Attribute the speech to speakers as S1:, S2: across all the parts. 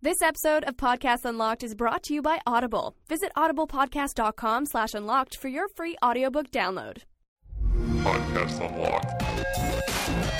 S1: This episode of Podcast Unlocked is brought to you by Audible. Visit audiblepodcast.com slash unlocked for your free audiobook download.
S2: Podcast Unlocked.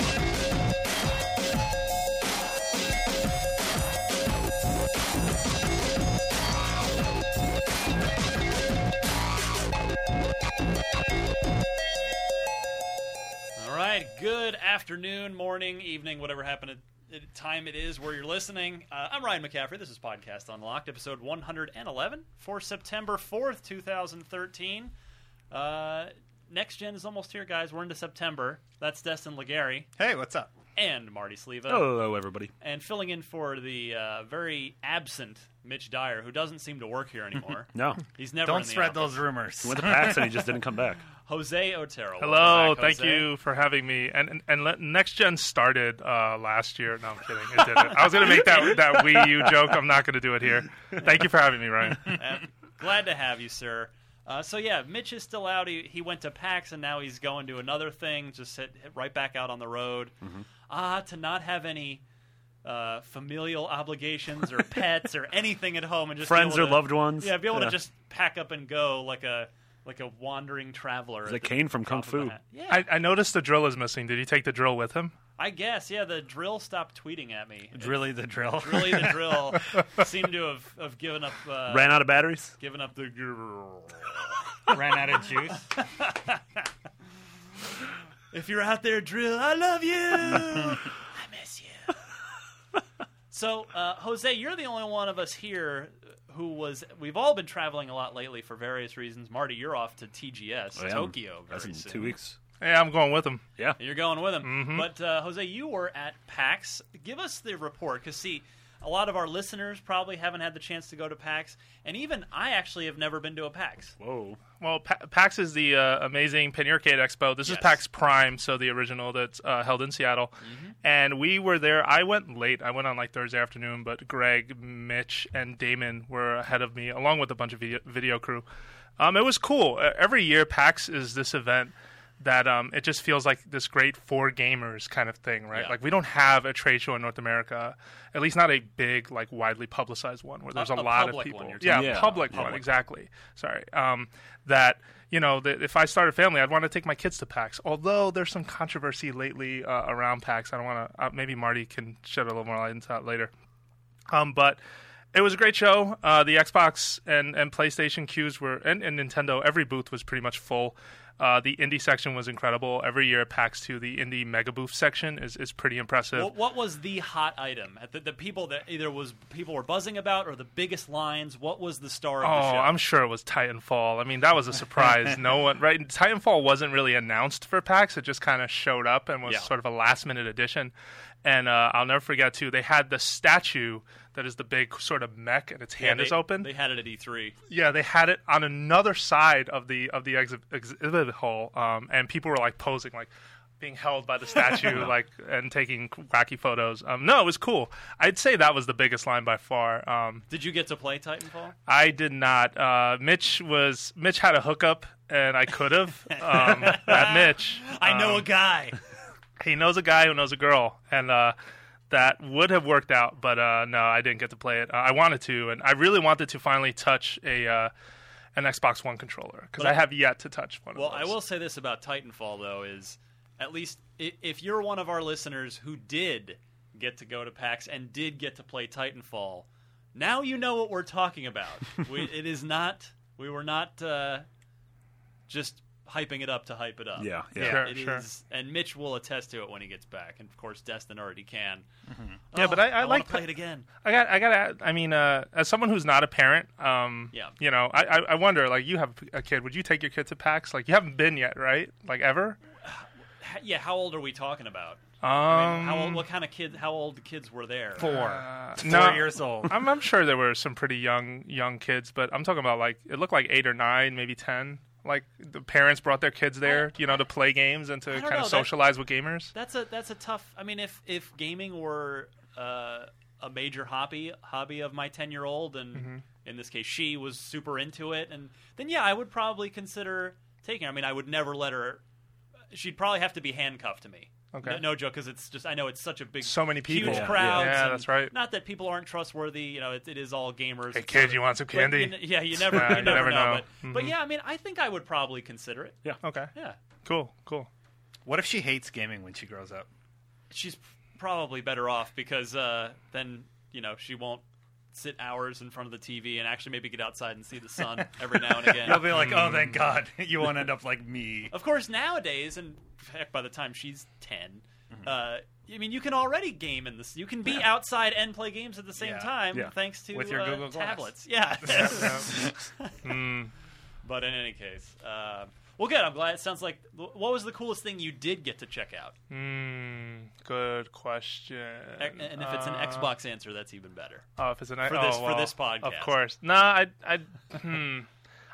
S3: All right. Good afternoon, morning, evening, whatever happened at, at time it is where you're listening. Uh, I'm Ryan McCaffrey. This is Podcast Unlocked, episode 111 for September 4th, 2013. Uh, next gen is almost here, guys. We're into September. That's Destin Legary
S4: Hey, what's up?
S3: and Marty Sleva.
S5: Hello, everybody.
S3: And filling in for the uh, very absent Mitch Dyer, who doesn't seem to work here anymore.
S5: No,
S3: He's never in
S4: Don't
S3: the
S4: spread
S3: office.
S4: those rumors.
S5: he went to Pats and he just didn't come back.
S3: Jose Otero.
S6: Hello,
S3: Welcome back,
S6: thank
S3: Jose.
S6: you for having me. And and, and le- next gen started uh, last year. No, I'm kidding. It didn't. I was gonna make that that Wii U joke. I'm not gonna do it here. Thank you for having me, Ryan.
S3: Uh, glad to have you, sir. Uh, so yeah, Mitch is still out. He, he went to PAX and now he's going to another thing. Just hit, hit right back out on the road.
S5: Mm-hmm.
S3: Ah, to not have any uh, familial obligations or pets or anything at home and just be
S5: Friends
S3: able
S5: or
S3: to-
S5: loved ones.
S3: Yeah, be able
S5: Yeah.
S3: to just pack up and go like a like a wandering traveler.
S5: Like
S3: at the
S5: Kane from Kung
S3: top of a
S5: Fu.
S3: hat. Yeah,
S6: I, I noticed the drill is missing. Did he take the drill with him?
S3: I guess. Yeah, the drill stopped tweeting at me.
S4: Drilly the drill.
S3: Really, the drill seemed to have, have given up. Uh,
S5: Ran out of batteries.
S3: Given up the.
S4: Ran out of juice.
S3: If you're out there, Drill, I love you. I miss you. so, uh, Jose, you're the only one of us here who was. We've all been traveling a lot lately for various reasons. Marty, you're off to TGS,
S5: I am.
S3: Tokyo, very
S5: That's in
S3: soon.
S5: two weeks.
S6: Yeah, I'm going with him.
S5: Yeah.
S3: And you're going with him. But, uh, Jose, you were at PAX. Give us the report, because, see, a lot of our listeners probably haven't had the chance to go to PAX, and even I actually have never been to a PAX.
S5: Whoa.
S6: Well, pa- PAX is the uh, amazing Panarcade Expo. This
S3: Yes.
S6: is PAX Prime, so the original that's uh, held in Seattle.
S3: Mm-hmm.
S6: And we were there. I went late. I went on like Thursday afternoon, but Greg, Mitch, and Damon were ahead of me, along with a bunch of video, video crew. Um, it was cool. Uh, every year, PAX is this event that um, it just feels like this great for gamers kind of thing, right?
S3: Yeah.
S6: Like we don't have a trade show in North America, at least not a big, like widely publicized one where there's
S3: A-
S6: a,
S3: a
S6: lot of
S3: public
S6: people.
S3: one you're
S6: yeah,
S3: talking
S5: about.
S6: public,
S3: Yeah.
S6: one exactly. Sorry. Um, that you know, that if I start a family, I'd want to take my kids to PAX. Although there's some controversy lately uh, around PAX, I don't want to. Uh, maybe Marty can shed a little more light into that later. Um, but it was a great show. Uh, the Xbox and, and PlayStation queues were, and, and Nintendo, every booth was pretty much full. Uh, the indie section was incredible. Every year at PAX 2, the indie mega booth section is, is pretty impressive.
S3: What, what was the hot item? At the, the people that either was people were buzzing about or the biggest lines? What was the star of
S6: Oh,
S3: the show?
S6: I'm sure it was Titanfall. I mean, that was a surprise. no one, right? Titanfall wasn't really announced for PAX. It just kind of showed up and was
S3: Yeah.
S6: sort of a last minute addition. And uh, I'll never forget too. They had the statue that is the big sort of mech, and its
S3: Yeah,
S6: hand
S3: they-
S6: is open.
S3: They had it at E E3.
S6: yeah, they had it on another side of the of the exhi- exhibit hall, um, and people were like posing, like being held by the statue, like and taking wacky photos. Um, no, it was cool. I'd say that was the biggest line by far. Um,
S3: Did you get to play Titanfall?
S6: I did not. Uh, Mitch was Mitch had a hookup, and I could have. Um, that Mitch,
S3: I know
S6: um,
S3: a guy.
S6: he knows a guy who knows a girl, and uh, that would have worked out. But uh, no, I didn't get to play it. Uh, I wanted to, and I really wanted to finally touch a uh, an Xbox One controller because
S3: But-
S6: I have yet to touch one.
S3: well,
S6: of
S3: I
S6: those.
S3: will say this about Titanfall though is at least i- if you're one of our listeners who did get to go to PAX and did get to play Titanfall, now you know what we're talking about. we, it is not we were not uh, just hyping it up to hype it up.
S5: Yeah. Yeah.
S6: Sure.
S3: It is, and Mitch will attest to it when he gets back, and of course, Destin already can.
S6: Mm-hmm. Yeah,
S3: Oh,
S6: but I- I
S3: wanna
S6: like
S3: play
S6: the-
S3: it again.
S6: I got. I got. I mean, uh, as someone who's not a parent, um,
S3: Yeah.
S6: you know, I, I, I wonder. Like, you have a kid. Would you take your kid to PAX? Like, you haven't been yet, right? Like, ever.
S3: H- yeah, how old are we talking about?
S6: Um, uh,
S3: I mean, how old? What kind of kids? How old kids were there?
S4: Four. Four
S6: no.
S4: years old.
S6: I'm, I'm sure there were some pretty young young kids, but I'm talking about like it looked like eight or nine, maybe ten. Like the parents brought their kids there, you know, to play games and to
S3: Oh. don't
S6: kind
S3: know,
S6: of
S3: that-
S6: socialize with gamers.
S3: That's a that's a tough. I mean, if if gaming were uh, a major hobby hobby of my ten year old, and
S6: Mm-hmm.
S3: in this case she was super into it, and then yeah, I would probably consider taking. her. I mean, I would never let her. She'd probably have to be handcuffed to me.
S6: Okay.
S3: No, no joke, because it's just I know it's such a big,
S6: So many people.
S3: huge
S6: Yeah.
S3: crowds.
S6: Yeah,
S3: and
S6: that's right.
S3: Not that people aren't trustworthy. You know, it, it is all gamers.
S6: Hey kid, you want some
S3: But you
S6: candy?
S3: n- yeah, you never,
S6: Yeah,
S3: you
S6: you
S3: never
S6: never
S3: know.
S6: know. Mm-hmm.
S3: But, but yeah, I mean, I think I would probably consider it.
S6: Okay.
S3: Yeah,
S6: Cool. Cool.
S4: What if she hates gaming when she grows up?
S3: she's probably better off because uh, then you know she won't sit hours in front of the TV and actually maybe get outside and see the sun every now and again.
S4: You'll be like, oh,
S3: Mm.
S4: thank God, you won't end up like me.
S3: Of course, nowadays, and heck, by the time she's 10
S4: Mm-hmm.
S3: uh, I mean, you can already game in this. You can be outside and play games at the same
S4: Yeah.
S3: time,
S5: Yeah.
S3: thanks to
S4: With your
S3: uh,
S4: Google Glass. Hmm.
S3: tablets. Yeah. But in any case, uh, well, good. I'm glad. It sounds like what was the coolest thing you did get to check out?
S6: Mm, good question.
S3: And if it's an
S6: Uh,
S3: Xbox answer, that's even better.
S6: Oh, if it's an
S3: for
S6: oh,
S3: this- for
S6: well,
S3: this podcast.
S6: Of course. No, I I hmm.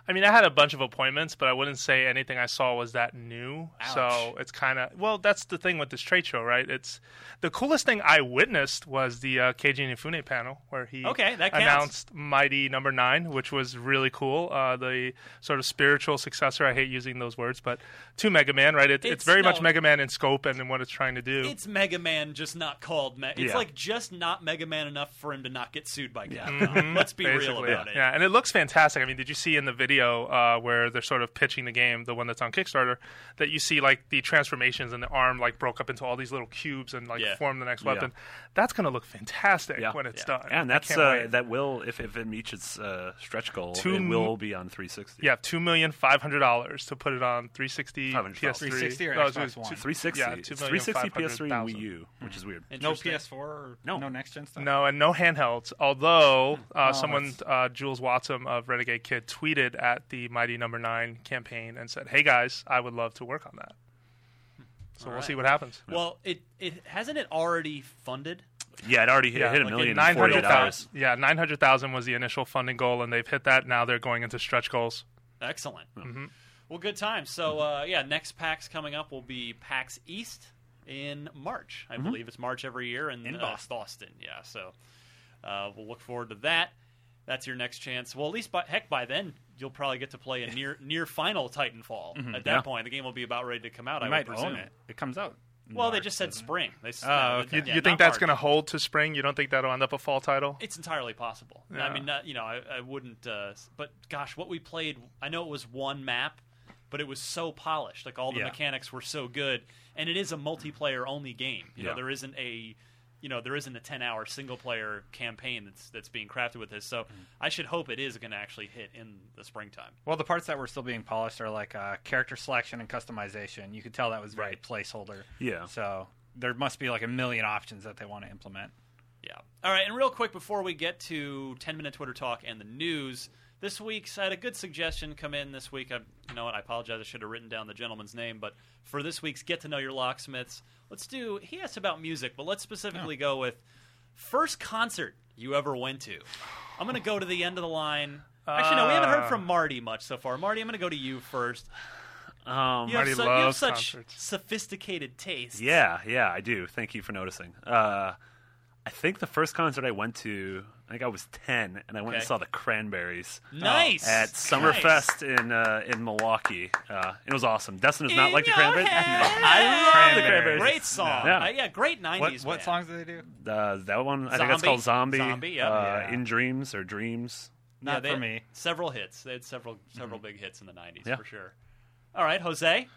S6: I mean, I had a bunch of appointments, but I wouldn't say anything I saw was that new. So
S3: Ouch.
S6: it's kind of well. That's the thing with this trade show, right? It's the coolest thing I witnessed was the uh, Keiji Inafune panel where he
S3: Okay, that counts.
S6: announced Mighty Number Nine, which was really cool. Uh, the sort of spiritual successor. I hate using those words, but to Mega Man, right? It, it's,
S3: It's-
S6: very
S3: no.
S6: much Mega Man in scope and in what it's trying to do.
S3: It's Mega Man, just not called. Me- it's
S5: Yeah.
S3: like just not Mega Man enough for him to not get sued by Capcom.
S4: Mm-hmm.
S3: Let's be real
S6: basically.
S3: about
S6: yeah.
S3: it.
S6: Yeah, and it looks fantastic. I mean, did you see in the video uh, where they're sort of pitching the game, the one that's on Kickstarter, that you see like the transformations and the arm like broke up into all these little cubes and like
S3: Yeah.
S6: form the next
S5: Yeah.
S6: weapn? That's going to look fantastic
S5: Yeah.
S6: when it's
S3: Yeah.
S6: done.
S5: And
S6: I
S5: that's
S6: can't
S5: uh,
S6: wait.
S5: that will if, if it meets its uh, stretch goal,
S6: Two
S5: it
S6: m-
S5: will be on 360.
S6: yeah, two million five hundred dollars to put it on 360
S5: 500.
S6: PS3,
S4: 360 or
S6: No, it's-
S4: Xbox
S6: it's two-
S4: One?
S5: 360.
S6: Yeah,
S5: It's 360 PS3
S6: 2,500,000.
S5: and Wii U, which is weird.
S4: No
S3: Interesting.
S4: PS4 or
S5: No.
S4: no next gen stuff?
S6: No, and no handhelds. Although
S3: Oh,
S6: uh, someone,
S4: that's-
S6: uh, Jules Watson of Renegade Kid, tweeted at the Mighty Number Nine campaign and said, "Hey guys, I would love to work on that." So we'll
S3: right.
S6: see what happens.
S3: Well, it it hasn't it already funded.
S5: Yeah, it already hit, it hit a
S3: like
S5: million
S6: Nine
S5: in 48
S6: hundred
S5: hours.
S6: thousand. Yeah, nine hundred thousand was the initial funding goal, and they've hit that. Now they're going into stretch goals.
S3: Excellent.
S4: Mm-hmm.
S3: Well, good time. So uh, yeah, next PAX coming up will be PAX East in March. I believe it's March every year in,
S4: Mm-hmm. In
S3: uh,
S4: Boston.
S3: Boston. Yeah. So uh, we'll look forward to that. That's your next chance. Well, at least by heck by then you'll probably get to play a near near final Titanfall. At that
S5: Yeah.
S3: point, the game will be about ready to come out.
S4: Mm-hmm. You
S3: I
S4: might
S3: would presume.
S4: own it. It comes out. in
S3: Well, they
S4: March,
S3: just said
S4: doesn't it?
S3: spring. They s-
S4: Oh,
S3: uh,
S4: okay.
S6: You,
S3: yeah,
S6: you
S3: not
S6: think that's going to
S3: March.
S6: hold to spring? You don't think that'll end up a fall title?
S3: It's entirely possible. I
S6: Yeah.
S3: mean, not, you know, I, I wouldn't. Uh, s- but gosh, what we played, I know it was one map, but it was so polished. Like all the
S5: Yeah.
S3: mechanics were so good, and it is a multiplayer only game. You know,
S5: Yeah.
S3: there isn't a, you know, there isn't a ten hour single player campaign that's that's being crafted with this.
S5: Mm.
S3: So I should hope it is going to actually hit in the springtime.
S4: Well, the parts that were still being polished are like uh, character selection and customization. You could tell that was very placeholder.
S5: Yeah.
S4: So there must be like a million options that they want to implement.
S3: Yeah. All right, and real quick before we get to 10 minute Twitter talk and the news, this week's I had a good suggestion come in this week. I, you know what? I apologize. I should have written down the gentleman's name, but for this week's Get to Know Your Locksmiths, let's do. He asked about music, but let's specifically
S6: Oh.
S3: go with first concert you ever went to. I'm going to go to the end of the line. Actually, no, we haven't heard
S6: Ah.
S3: from Marty much so far. Marty, I'm going to go to you first.
S5: Um,
S3: You have,
S6: Marty
S3: su- you have
S6: loves
S3: such
S6: concerts.
S3: sophisticated taste.
S5: yeah, yeah, I do. Thank you for noticing. Uh, I think the first concert I went to, I think I was 10, and I went
S3: Okay.
S5: and saw the Cranberries.
S3: Nice.
S5: at
S3: Nice.
S5: Summerfest in uh, in Milwaukee. Uh, it was awesome. Dustin does not
S3: In
S5: like the
S3: your
S5: Cranberries.
S3: head.
S5: I love the
S4: Cranberries.
S5: Cranberries.
S3: Great song.
S5: Yeah.
S3: Uh, yeah great 90s.
S4: What, what
S3: band.
S4: songs do they do?
S5: Uh, that one, I think
S3: Zombie?
S5: that's called Zombie.
S3: Zombie, yeah.
S5: Uh,
S4: Yeah.
S5: In Dreams or Dreams.
S4: Not
S3: yeah, they,
S4: for me.
S3: Several hits. They had several several big hits in the '90s
S5: Yeah.
S3: for sure. All right, Jose,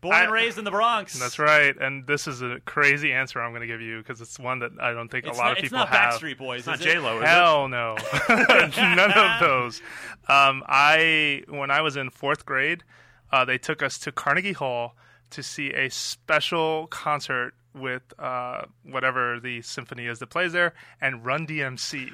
S3: born
S6: I-
S3: and raised in the Bronx.
S6: That's right. And this is a crazy answer I'm going to give you because it's one that I don't think
S3: It's
S6: a lot
S3: not,
S6: of people
S3: it's not
S6: have.
S3: Backstreet Boys.
S5: Not
S3: is
S5: J
S3: it?
S5: Lo.
S6: Hell no, none of those. Um, I when I was in fourth grade, uh, they took us to Carnegie Hall to see a special concert with uh, whatever the symphony is that plays there, and Run DMC,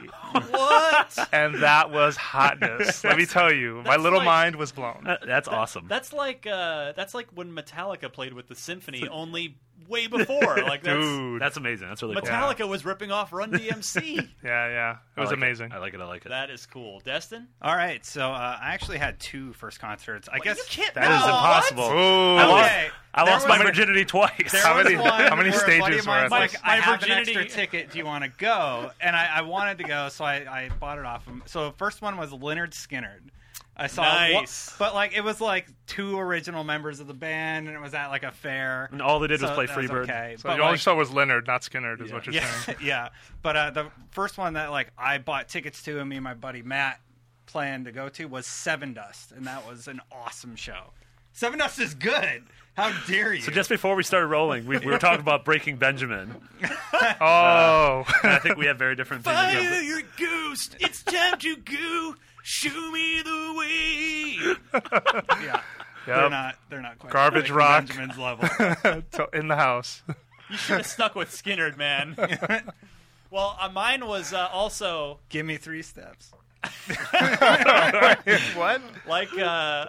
S3: What?
S6: and that was hotness. Let me tell you, my
S3: That's
S6: little
S3: like-
S6: mind was blown.
S5: that's awesome.
S3: that's like uh, that's like when Metallica played with the symphony, only way before. Like that's,
S6: Dude,
S5: that's amazing. That's really cool.
S3: Metallica was ripping off Run DMC.
S6: yeah, yeah, it
S5: I
S6: was
S5: like
S6: amazing.
S5: I like it. I like it.
S3: that is cool. Destin,
S4: All right. So uh, I actually had two first concerts. I guess
S3: you can't.
S5: That
S3: no,
S5: is
S3: what?
S5: impossible.
S6: Ooh.
S5: I lost,
S4: Okay,
S5: I
S4: there
S5: lost my
S4: was-
S5: virginity twice.
S4: There
S6: How
S4: was
S6: many-
S4: one
S6: how many
S4: where a buddy
S6: stages
S4: of mine's
S6: were at
S4: like,
S6: this?
S4: I
S3: My
S4: have
S3: virginity-
S4: an extra ticket. Do you want to go? And I, I wanted to go, so I, I bought it off him. So first one was Leonard Skinner. I saw,
S3: Nice.
S4: but like it was like two original members of the band, and it was at like a fair.
S5: And all they did was
S4: so
S5: play
S4: that was
S5: Freebird.
S4: Okay,
S6: So
S4: but,
S6: you only
S4: like-
S6: saw was Leonard, not Skinner, is what you're
S4: yeah,
S6: saying.
S4: yeah. But uh, the first one that like I bought tickets to, and me and my buddy Matt planned to go to was Seven Dust, and that was an awesome show. Seven Dust is good. How dare you?
S5: So just before we started rolling, we, we were talking about Breaking Benjamin.
S6: Oh,
S5: And I think we have very different opinions. of it.
S3: your ghost. It's time to go. Show me the way.
S4: yeah. They're
S6: Yep.
S4: not. They're not quite
S6: Garbage
S4: like
S6: rock.
S4: Benjamin's level.
S6: So Oh, in the house.
S3: You should have stuck with Skinner, man. well, uh, mine was uh, also
S4: Give me three steps.
S6: what?
S3: like uh,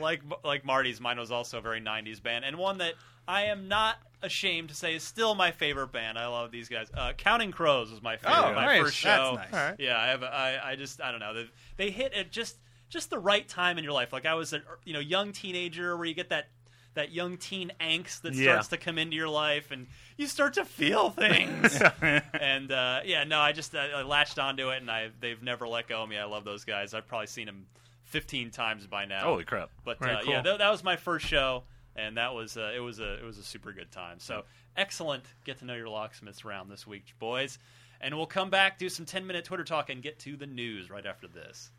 S3: like like Marty's. Mine was also a very '90s band, and one that I am not ashamed to say is still my favorite band. I love these guys. Uh, Counting Crows was my favorite.
S4: Oh,
S3: my
S4: nice.
S3: first
S4: That's
S3: show.
S4: nice.
S6: All right.
S3: Yeah, I have. I, I just I don't know. They, they hit at just just the right time in your life. Like I was a you know young teenager where you get that. That young teen angst that
S5: Yeah.
S3: starts to come into your life, and you start to feel things. and uh, yeah, no, I just uh, I latched onto it, and I they've never let go of me. I love those guys. I've probably seen them 15 times by now.
S5: Holy crap.
S3: But
S6: Very
S3: uh, yeah,
S6: cool.
S3: th- that was my first show, and that was uh, it was a it was a super good time. So excellent, get to know your locksmiths round this week, boys. And we'll come back, do some 10 minute Twitter talk, and get to the news right after this.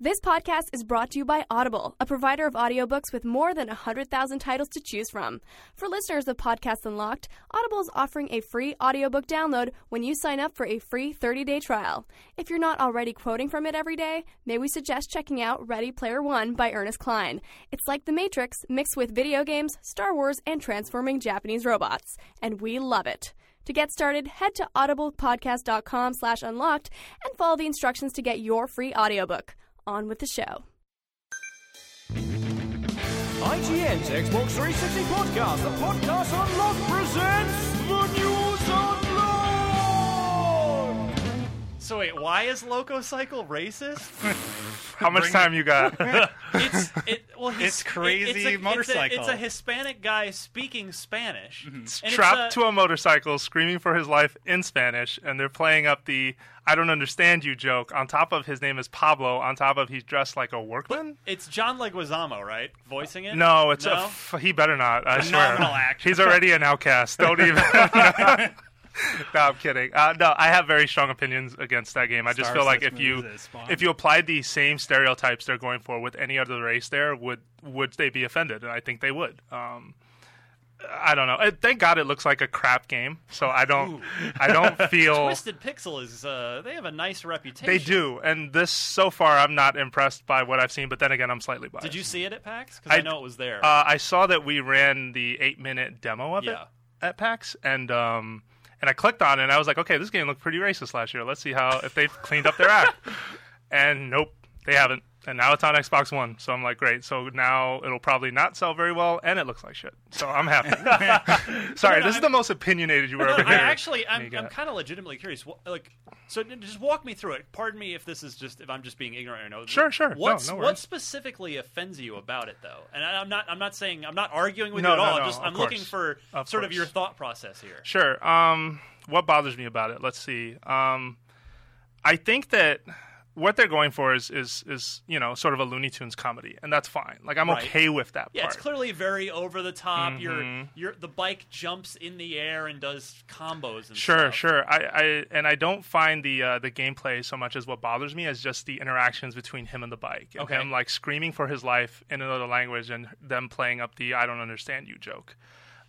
S1: This podcast is brought to you by Audible, a provider of audiobooks with more than 100,000 titles to choose from. For listeners of Podcasts Unlocked, Audible is offering a free audiobook download when you sign up for a free 30-day trial. If you're not already quoting from it every day, may we suggest checking out Ready Player One by Ernest Klein. It's like The Matrix mixed with video games, Star Wars, and transforming Japanese robots, and we love it. To get started, head to audiblepodcast.com slash unlocked and follow the instructions to get your free audiobook. On with the show.
S7: IGN's Xbox 360 podcast, the podcast on love presents the news on love.
S3: So wait, why is Loco Cycle racist?
S6: How much time you got?
S3: It's it, well, he's-
S4: It's crazy
S3: it's a- it's a-
S4: motorcycle. Mm-hmm.
S3: It's a, Hispanic guy speaking Spanish. And it's
S6: Trapped
S3: a-
S6: to a motorcycle, screaming for his life in Spanish, and they're playing up the "I don't understand you" joke. On top of his name is Pablo. On top of he's dressed like a workman.
S3: It's John Leguizamo, right? Voicing it?
S6: No, it's a
S3: no?
S6: f- he better not. I swear,
S4: Phenomenal actor.
S6: he's already an outcast. Don't even. no, I'm kidding. Uh, no, I have very strong opinions against that game. I just
S4: Star
S6: feel like if
S4: System
S6: you
S4: is Spawn.
S6: if you applied the same stereotypes they're going for with any other race, there would would they be offended? And I think they would. Um, I don't know. Uh, Thank God it looks like a crap game, so I don't I don't feel
S3: Twisted Pixel is uh, they have a nice reputation.
S6: they do. And this so far, I'm not impressed by what I've seen. But then again, I'm slightly biased.
S3: Did you see it at PAX? Because I,
S6: I-
S3: know it was there.
S6: Uh, I saw that we ran the eight minute demo of it
S3: Yeah.
S6: at PAX, and um, and I clicked on it, and I was like, okay, this game looked pretty racist last year. Let's see how if they've cleaned up their act. And nope, they haven't. And now it's on Xbox One, so I'm like, great. So now it'll probably not sell very well, and it looks like shit. So I'm happy. Sorry, this is the most opinionated you were
S3: No,
S6: ever
S3: no, I
S6: here.
S3: actually, I'm,
S6: Mega.
S3: I'm kind of legitimately curious. What, like, so n- just walk me through it. Pardon me if this is just if I'm just being ignorant or no.
S6: Sure, sure. No,
S3: What's,
S6: no
S3: what
S6: worries.
S3: specifically offends you about it, though? And I, I'm not, I'm not saying I'm not arguing with
S6: No,
S3: you at
S6: no,
S3: all. I'm
S6: no,
S3: just,
S6: of
S3: I'm looking
S6: course.
S3: for
S6: Of
S3: sort of
S6: course.
S3: your thought process here.
S6: Sure. Um, what bothers me about it? Let's see. Um, I think that what they're going for is is is you know sort of a Looney Tunes comedy, and that's fine. Like I'm
S3: Right.
S6: okay with that
S3: Yeah,
S6: part.
S3: it's clearly very over the top. Your,
S6: Mm-hmm.
S3: your, the bike jumps in the air and does combos. and
S6: Sure,
S3: stuff.
S6: sure. I, I and I don't find the uh, the gameplay so much as what bothers me is just the interactions between him and the bike, and
S3: Okay.
S6: him like screaming for his life in another language, and them playing up the "I don't understand you" joke.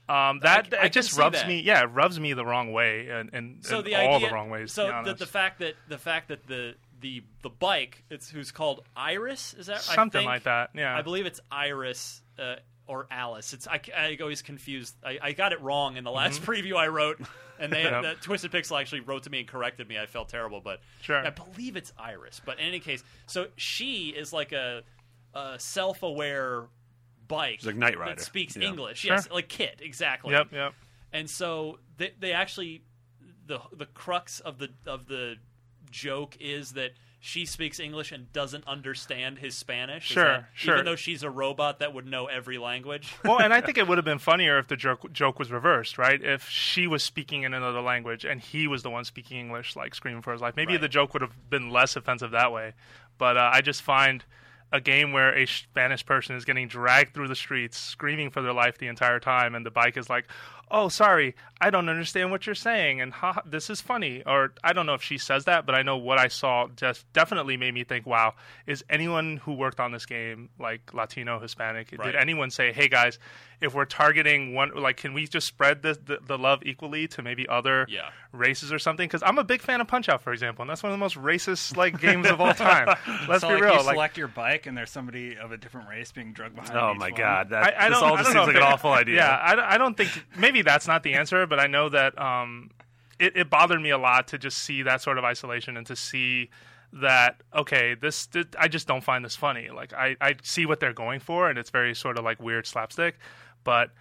S6: Um, that
S3: I can
S6: it just
S3: see
S6: rubs
S3: that.
S6: me, yeah, it rubs me the wrong way, and, and,
S3: so
S6: and
S3: the
S6: all
S3: idea,
S6: the wrong ways. to
S3: So
S6: be
S3: the,
S6: honest.
S3: the fact that the fact that the the the bike it's who's called Iris is that I
S6: Something
S3: think-
S6: like that, yeah.
S3: I believe it's Iris uh, or Alice. It's I, I always confused. I, I got it wrong in the last preview I wrote, and they
S6: Mm-hmm. Yep.
S3: the Twisted Pixel actually wrote to me and corrected me. I felt terrible, but
S6: Sure.
S3: I believe it's Iris. But in any case, so she is like a, a self aware bike
S5: like Knight Rider.
S3: that speaks
S5: Yeah.
S3: English.
S6: Sure.
S3: Yes, like Kit exactly.
S6: yep, yep.
S3: And so they, they actually the the crux of the of the joke is that she speaks English and doesn't understand his Spanish. Is
S6: Sure,
S3: that-
S6: sure.
S3: Even though she's a robot that would know every language.
S6: well, and I think it would have been funnier if the joke, joke was reversed, right? If she was speaking in another language and he was the one speaking English, like screaming for his life. Maybe
S3: Right.
S6: the joke would have been less offensive that way. But uh, I just find a game where a Spanish person is getting dragged through the streets, screaming for their life the entire time, and the bike is like, "Oh, sorry, I don't understand what you're saying," and ha, ha, this is funny. Or I don't know if she says that, but I know what I saw just definitely made me think, "Wow, is anyone who worked on this game like Latino, Hispanic?
S3: Right.
S6: Did anyone say, hey guys, if we're targeting one, like, can we just spread the the, the love equally to maybe other
S3: Yeah.
S6: races or something?" Because I'm a big fan of Punch Out, for example, and that's one of the most racist like games of all time. Let's
S4: so
S6: be
S4: like,
S6: real,
S4: you
S6: like-
S4: select your bike, and there's somebody of a different race being drugged behind.
S5: Oh
S4: each
S5: my
S4: one.
S5: god, that
S6: I, I
S5: this
S6: don't.
S5: all
S6: I
S5: just
S6: don't
S5: seems
S6: know
S5: like
S6: if
S5: an
S6: they-
S5: awful idea.
S6: Yeah, I, don't- I don't think maybe that's not the answer, but I know that um, it, it bothered me a lot to just see that sort of isolation and to see that okay, this, th- I just don't find this funny. Like I, I see what they're going for, and it's very sort of like weird slapstick, but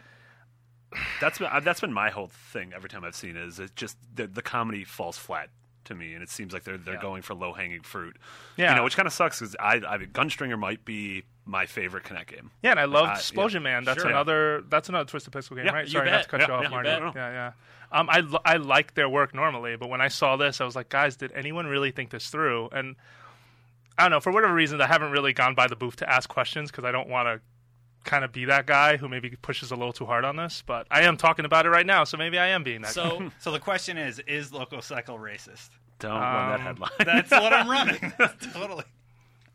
S5: That's been, uh, that's been my whole thing every time I've seen it, is it just the, the comedy falls flat to me, and it seems like they're they're going for low hanging fruit.
S6: Yeah.
S5: you know, which kind of sucks because I, I Gunstringer might be my favorite Connect game.
S6: yeah, and I love
S5: I- Uh, yeah.
S6: Explosion Man. That's
S5: Sure.
S6: another that's another Twisted Pixel game,
S5: Yeah,
S6: right?
S5: you
S6: Sorry, not to
S3: bet.
S6: cut you
S5: Yeah,
S6: off,
S5: yeah, you
S6: Marty.
S5: bet.
S6: Yeah, yeah. Um, I l- I like their work normally, but when I saw this, I was like, guys, did anyone really think this through? And I don't know. For whatever reasons, I haven't really gone by the booth to ask questions because I don't want to kind of be that guy who maybe pushes a little too hard on this. But I am talking about it right now, so maybe I am being that. guy.
S3: So
S4: So the question is: Is Loco Cycle racist?
S5: Don't run that
S6: Um,
S5: headline.
S4: That's what I'm running. totally.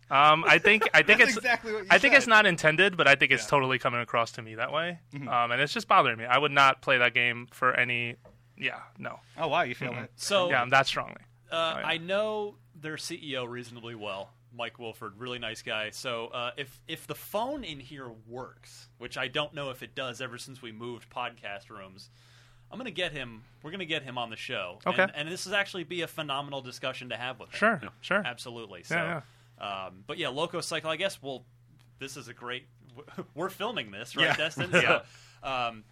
S6: Um, I think I think
S4: That's
S6: it's
S4: exactly what you
S6: I think it's
S4: said.
S6: not intended, but I think it's totally coming across to me that way,
S5: Mm-hmm.
S6: um, and it's just bothering me. I would not play that game for any. Yeah, no.
S4: Oh wow, you
S6: Mm-hmm.
S4: feel it.
S3: so
S6: Yeah, that strongly.
S3: Uh,
S6: Oh, yeah.
S3: I know their CEO reasonably well, Mike Wilford, really nice guy. So uh, if if the phone in here works, which I don't know if it does, ever since we moved podcast rooms, I'm gonna get him. We're gonna get him on the show.
S6: Okay.
S3: and, and this is actually be a phenomenal discussion to have with him.
S6: Sure, sure.
S3: absolutely. So,
S6: Yeah,
S3: Um, but yeah, Loco Cycle. I guess we'll. This is a great. We're filming this, right,
S4: Yeah.
S3: Destin? So, um,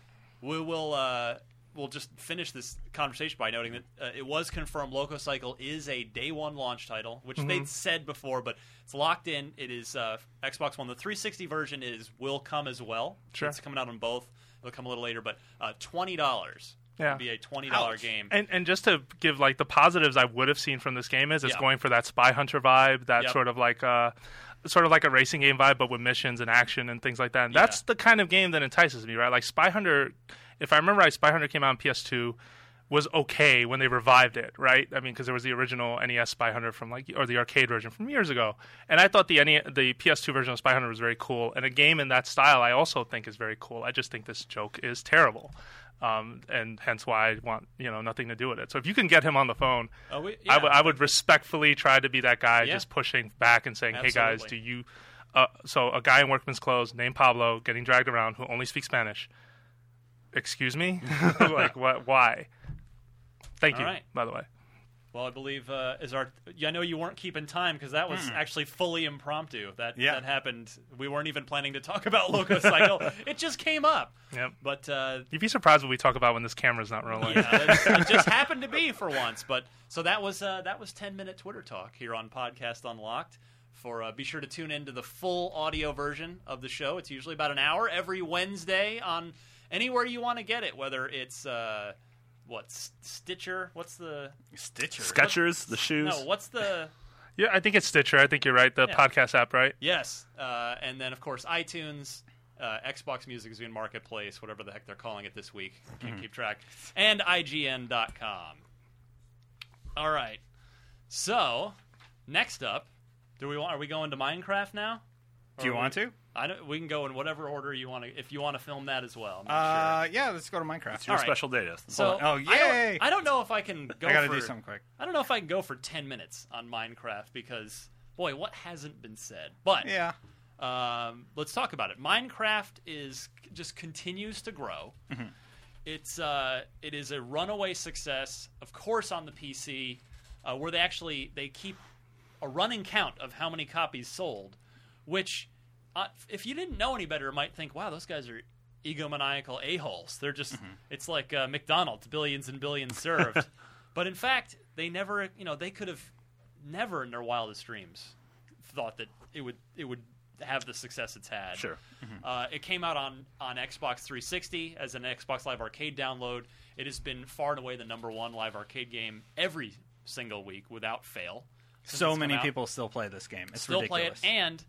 S3: we will. Uh, we'll just finish this conversation by noting that uh, it was confirmed. Loco Cycle is a day one launch title, which
S6: Mm-hmm.
S3: they'd said before, but it's locked in. It is uh, Xbox One. The 360 version is will come as well.
S6: Sure.
S3: it's coming out on both. It'll come a little later, but uh, twenty dollars.
S6: Yeah.
S3: would be a twenty dollar
S4: Ouch.
S3: game.
S6: And and just to give like the positives I would have seen from this game is it's
S3: Yeah.
S6: going for that spy hunter vibe, that
S3: Yep.
S6: sort of like uh sort of like a racing game vibe but with missions and action and things like that. And that's the kind of game that entices me, right? Like Spy Hunter if I remember right, Spy Hunter came out on PS2 was okay when they revived it, right? I mean, because there was the original NES Spy Hunter from like, or the arcade version from years ago, and I thought the NE- the PS2 version of Spy Hunter was very cool, and a game in that style I also think is very cool. I just think this joke is terrible, um, and hence why I want you know nothing to do with it. So if you can get him on the phone,
S3: Oh, we-
S6: I,
S3: yeah.
S6: would- I would respectfully try to be that guy,
S3: Yeah.
S6: just pushing back and saying, "Hey guys, do
S3: Absolutely.
S6: you?" Uh, so a guy in workman's clothes named Pablo getting dragged around who only speaks Spanish excuse me like what why thank
S3: All
S6: you
S3: right.
S6: by the way
S3: Well, I believe uh, is our. Yeah, I know you weren't keeping time because that was actually fully impromptu. That
S4: Yeah.
S3: that happened. We weren't even planning to talk about Loco Cycle. it just came up.
S6: Yep.
S3: But uh,
S6: you'd be surprised what we talk about when this camera's not rolling
S3: yeah, that's- it just happened to be for once. But so that was uh, that was ten minute Twitter talk here on Podcast Unlocked. For uh, be sure to tune in to the full audio version of the show. It's usually about an hour every Wednesday on anywhere you want to get it, whether it's uh, what S- Stitcher. What's the
S4: Stitcher.
S5: Sketchers, the shoes.
S3: no? What's the
S6: yeah i think it's stitcher i think you're right the
S3: Yeah.
S6: podcast app right
S3: Yes, uh, and then of course iTunes, uh, Xbox Music, Zune Marketplace, whatever the heck they're calling it this week, can't keep track, and IGN.com. All right, so next up, do we want? Are we going to Minecraft now?
S4: Do you want to?
S3: I don't, we can go in whatever order you want to. If you want to film that as well, I'm not
S4: Uh, yeah. Let's go to Minecraft.
S3: all
S5: Your
S3: right.
S5: special
S3: sure.
S5: data.
S3: So,
S4: on. Oh,
S3: I don't-
S4: yay!
S3: I don't, know if I can go.
S4: I gotta
S3: for,
S4: do something quick.
S3: I don't know if I can go for ten minutes on Minecraft because, boy, what hasn't been said? But
S4: Yeah.
S3: um, let's talk about it. Minecraft is just continues to grow. It's uh, it is a runaway success, of course, on the PC, uh, where they actually they keep a running count of how many copies sold, which uh, if you didn't know any better, might think, wow, those guys are egomaniacal a holes. They're just it's like uh, McDonald's, billions and billions served. but in fact, they never you know they could have never in their wildest dreams thought that it would it would have the success it's had.
S5: Sure.
S3: Uh, it came out on on Xbox 360 as an Xbox Live Arcade download. It has been far and away the number one live arcade game every single week without fail. since
S4: So
S3: it's come
S4: many
S3: out
S4: people still play this game. It's
S3: still
S4: ridiculous.
S3: play it. And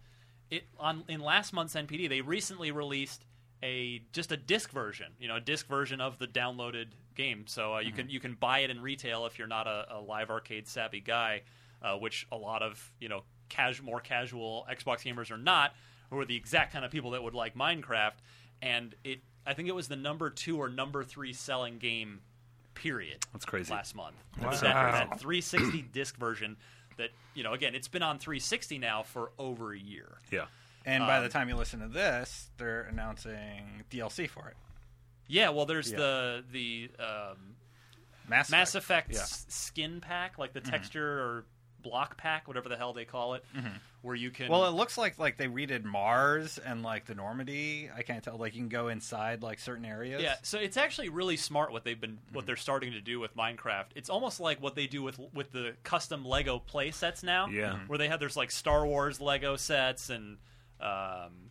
S3: it on in last month's NPD, they recently released a just a disc version, you know, a disc version of the downloaded game. So
S4: Mm-hmm.
S3: uh, you can you can buy it in retail if you're not a, a live arcade savvy guy, uh, which a lot of you know casu- more casual Xbox gamers are not, who are the exact kind of people that would like Minecraft. And it, I think it was the number two or number three selling game, period.
S5: That's crazy.
S3: Last month. That, that 360 disc version that, you know, again, it's been on 360 now for over a year.
S5: Yeah.
S4: And
S6: um,
S4: by the time you listen to this, they're announcing DLC for it.
S3: Yeah, well, there's the the um,
S4: Mass,
S3: Mass Effect
S4: Yeah.
S3: s- skin pack, like the texture or block pack, whatever the hell they call it, where you can.
S4: Well, it looks like like they redid Mars and like the Normandy. I can't tell. Like you can go inside like certain areas.
S3: yeah, so it's actually really smart what they've been what they're starting to do with Minecraft. It's almost like what they do with with the custom Lego play sets now,
S5: Yeah. Mhm.
S4: Mm-hmm.
S3: where they have there's like Star Wars Lego sets and um,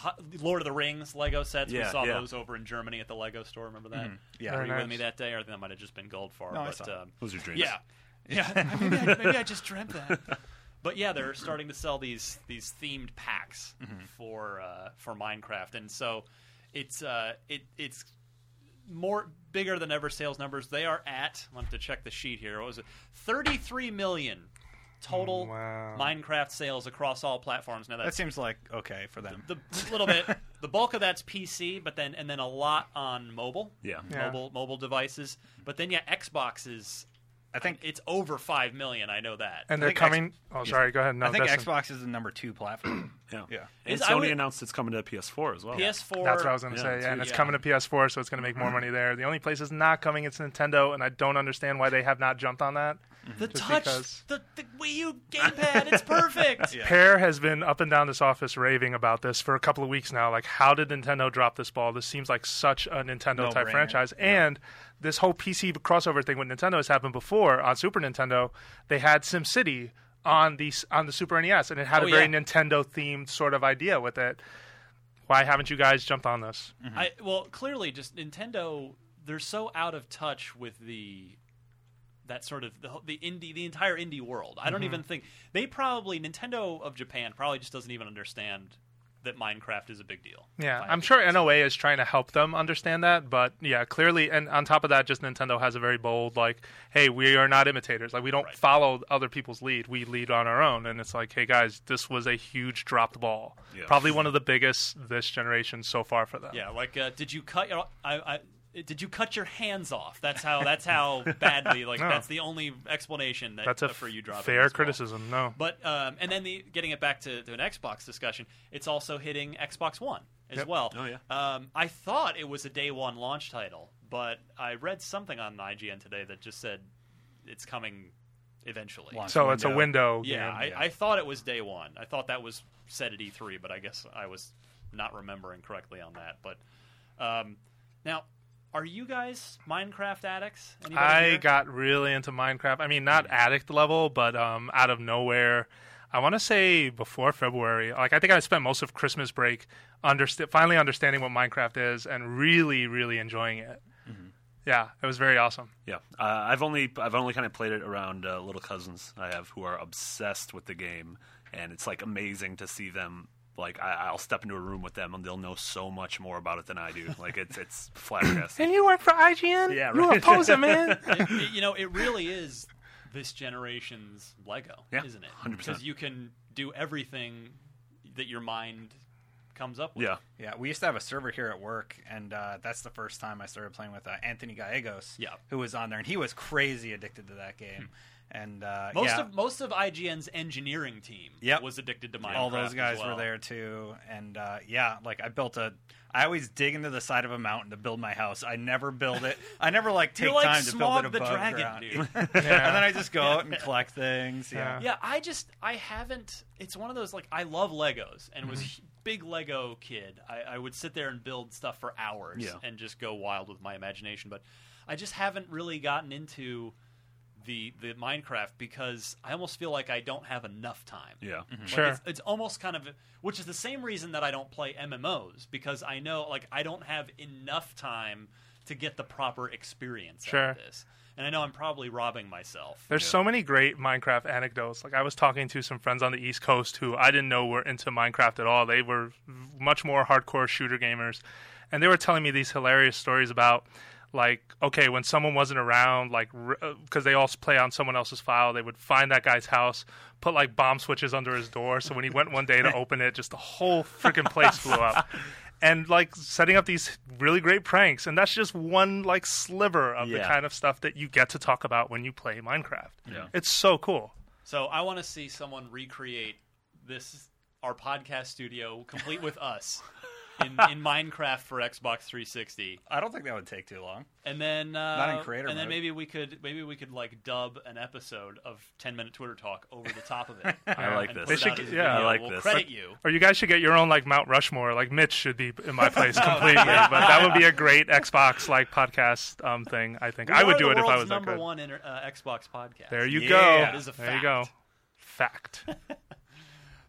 S3: Hu- Lord of the Rings Lego sets. we
S5: Yeah,
S3: saw
S5: yeah.
S3: those over in Germany at the Lego store. Remember that?
S4: Mm-hmm. Yeah.
S3: were you
S6: Very
S3: with me
S6: nice.
S3: that day, or that might have just been Goldfarb.
S4: No, I
S3: but,
S4: saw it.
S3: um,
S5: Those are your dreams.
S3: yeah, yeah. maybe, I, maybe I just dreamt that. But yeah, they're starting to sell these these themed packs for uh, for Minecraft, and so it's uh, it it's more bigger than ever sales numbers. They are at. I have to check the sheet here. What was it? Thirty three million total
S6: Wow.
S3: Minecraft sales across all platforms. Now
S4: That
S3: that's
S4: seems like okay for them.
S3: the little bit. The bulk of that's PC, but then and then a lot on mobile.
S5: Yeah.
S6: Yeah.
S3: Mobile mobile devices, but then yeah, Xbox is.
S4: I think
S3: It's over five million. I know that.
S6: And
S4: I
S6: they're
S4: think X-
S6: coming. oh, sorry. Go ahead. No,
S4: I think
S6: Dustin.
S4: Xbox is the number two platform.
S5: Yeah.
S4: Yeah.
S5: And
S3: Is- I
S5: Sony
S3: would-
S5: announced it's coming to PS4 as well.
S3: PS4.
S6: That's what I was going to
S5: Yeah,
S6: say.
S5: it's
S6: Yeah, and
S5: huge.
S6: it's
S3: Yeah. Mm-hmm.
S6: coming to PS4, so it's going to make more money there. The only place it's not coming, it's Nintendo, and I don't understand why they have not jumped on that.
S3: The
S6: Just
S3: touch,
S6: because-
S3: the, the Wii U gamepad. It's perfect.
S6: Pear has been up and down this office raving about this for a couple of weeks now. Like, how did Nintendo drop this ball? This seems like such a Nintendo type
S4: No-brainer.
S6: franchise. And this whole PC crossover thing with Nintendo has happened before on Super Nintendo. They had SimCity on the on the Super NES, and it had
S3: Oh,
S6: a very
S3: yeah.
S6: Nintendo themed sort of idea with it. Why haven't you guys jumped on this?
S3: I well, clearly, just Nintendo. They're so out of touch with the that sort of the, whole- the indie, the entire indie world.
S6: Mm-hmm.
S3: I don't even think they probably Nintendo of Japan probably just doesn't even understand that Minecraft is a big deal.
S6: Yeah,
S3: By
S6: I'm
S3: any
S6: sure
S3: means.
S6: NOA is trying to help them understand that, but yeah, clearly, and on top of that, just Nintendo has a very bold like, "Hey, we are not imitators. Like, we don't follow other people's lead. We lead on our own." And it's like, "Hey, guys, this was a huge dropped ball.
S5: Yeah.
S6: Probably one of the biggest this generation so far for them."
S3: Yeah, like uh, did you cut your I, I did you cut your hands off? That's how that's how badly like
S6: No.
S3: that's the only explanation that
S6: that's a
S3: uh, for you dropping
S6: fair
S3: this ball.
S6: criticism. No,
S3: But um, and then the getting it back to, to an Xbox discussion, it's also hitting Xbox One as well.
S5: Oh, yeah.
S3: Um, I thought it was a day one launch title, but I read something on IGN today that just said it's coming eventually.
S4: Launch
S6: so it's a window.
S3: Yeah,
S6: game.
S3: I, I thought it was day one. I thought that was said at E3, but I guess I was not remembering correctly on that. But um, now, are you guys Minecraft addicts? Anybody
S6: I
S3: here? Mm.
S6: got really into Minecraft. I mean, not addict level, but um, out of nowhere. I want to say before February. Like, I think I spent most of Christmas break underst- finally understanding what Minecraft is and really, really enjoying it.
S3: Mm-hmm.
S6: Yeah, it was very awesome.
S5: Yeah, uh, I've only I've only kind of played it around uh, little cousins I have who are obsessed with the game, and it's like amazing to see them. Like I, I'll step into a room with them, and they'll know so much more about it than I do. Like it's it's flabbergasting.
S6: And you work for IGN?
S5: Yeah,
S6: You a
S5: right.
S6: poser, man.
S3: It- it- you know, it really is this generation's Lego,
S5: Yeah,
S3: isn't it?
S5: 100%.
S3: Because you can do everything that your mind comes up with.
S5: yeah,
S4: Yeah, we used to have a server here at work, and uh, that's the first time I started playing with uh, Anthony Gallegos,
S3: Yeah.
S4: who was on there, and he was crazy addicted to that game. And uh,
S3: Hmm. Most
S4: yeah,
S3: of most of IGN's engineering team
S4: Yep.
S3: was addicted to Minecraft.
S4: all those
S3: as
S4: guys
S3: well.
S4: were there too. And uh, yeah, like I built a. I always dig into the side of a mountain to build my house. I never build it. I never like take
S3: You're like
S4: time to build
S3: Smog
S4: it above
S3: the Dragon,
S4: ground.
S3: dude.
S4: and then I just go out and collect things. Yeah.
S3: Yeah, I just I haven't. It's one of those like I love Legos and was a big Lego kid. I, I would sit there and build stuff for hours
S5: Yeah.
S3: and just go wild with my imagination. But I just haven't really gotten into the the Minecraft because I almost feel like I don't have enough time.
S5: Yeah.
S3: Like,
S6: Sure.
S3: It's, it's almost kind of which is the same reason that I don't play MMOs because I know like I don't have enough time to get the proper experience out
S6: Sure.
S3: of this. And I know I'm probably robbing myself.
S6: There's so many great Minecraft anecdotes. Like I was talking to some friends on the East Coast who I didn't know were into Minecraft at all. They were much more hardcore shooter gamers, and they were telling me these hilarious stories about like okay when someone wasn't around like because they all play on someone else's file they would find that guy's house put like bomb switches under his door so when he went one day to open it just the whole freaking place blew up and like setting up these really great pranks and that's just one like sliver of the
S5: Yeah.
S6: kind of stuff that you get to talk about when you play Minecraft.
S5: Yeah.
S6: It's so cool.
S3: So I want to see someone recreate this our podcast studio complete with us in, in Minecraft for Xbox 360,
S4: I don't think that would take too long.
S3: and then uh,
S4: in creator
S3: and then
S4: mode.
S3: maybe we could maybe we could like dub an episode of 10 minute Twitter talk over the top of it.
S5: I like
S3: And
S5: this.
S3: put it
S6: They should
S3: out
S6: get-
S3: as a
S6: yeah. I
S3: video.
S5: like
S3: we'll
S5: this.
S3: Credit you.
S6: Or you guys should get your own like Mount Rushmore. Like Mitch should be in my place completely, but that would be a great Xbox like podcast um thing. I think I
S3: We
S6: would
S3: are
S6: do
S3: the
S6: it if I
S3: world's
S6: was that
S3: number
S6: good.
S3: one inter- uh, Xbox podcast.
S6: There you
S4: Yeah.
S6: go.
S4: That
S3: is a
S6: There you go.
S3: fact.
S6: Fact.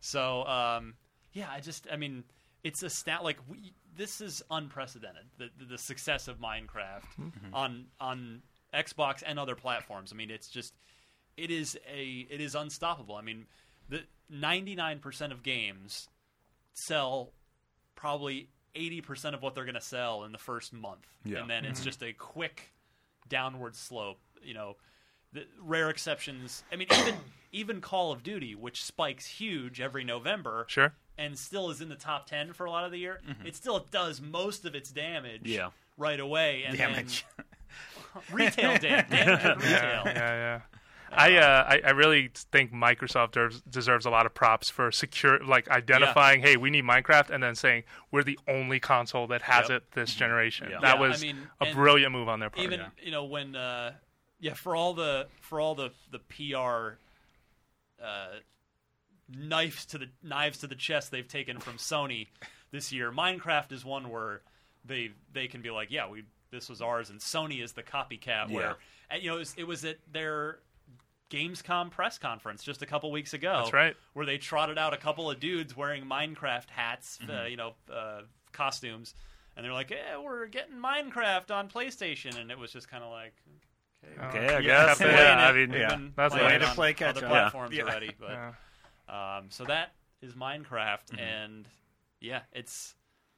S3: So, um, yeah, I just, I mean, it's a stat. Like, we, this is unprecedented. The, the, the success of Minecraft on on Xbox and other platforms. I mean, it's just, it is a, it is unstoppable. I mean, the ninety nine percent of games sell probably eighty percent of what they're going to sell in the first month,
S5: Yeah.
S3: and then it's just a quick downward slope. You know, the rare exceptions. I mean, even even Call of Duty, which spikes huge every November,
S6: Sure.
S3: and still is in the top ten for a lot of the year. It still does most of its damage,
S5: Yeah.
S3: right away. And then
S4: Damage.
S3: retail dam- damage, at
S6: yeah,
S3: retail.
S6: yeah, yeah. I, uh, I I really think Microsoft deserves, deserves a lot of props for secure like identifying. Hey, we need Minecraft, and then saying we're the only console that has
S3: Yep.
S6: it this generation.
S5: Mm-hmm. Yeah.
S6: That
S3: Yeah, I
S6: was
S3: mean,
S6: a
S3: and
S6: brilliant move on their part.
S3: even you know when uh yeah for all the for all the the pr uh knives to the knives to the chest they've taken from sony this year minecraft is one where they they can be like yeah we this was ours and sony is the copycat
S5: Yeah.
S3: where and, you know it was, it was at their gamescom press conference just a couple weeks ago
S6: That's right.
S3: where they trotted out a couple of dudes wearing Minecraft hats, uh, you know, uh, costumes, and they're like, "Yeah, we're getting Minecraft on PlayStation," and it was just kind of like,
S6: Uh,
S5: Okay, I
S6: yeah,
S5: guess.
S6: that's
S5: yeah,
S3: playing it.
S5: I mean,
S3: We've
S4: yeah.
S3: been
S6: That's
S3: playing
S6: the way
S3: it
S6: to
S3: on
S4: play catch
S3: other
S4: up.
S3: platforms
S4: Yeah.
S3: already." But
S6: Yeah.
S3: um, so that is Minecraft, and yeah, it's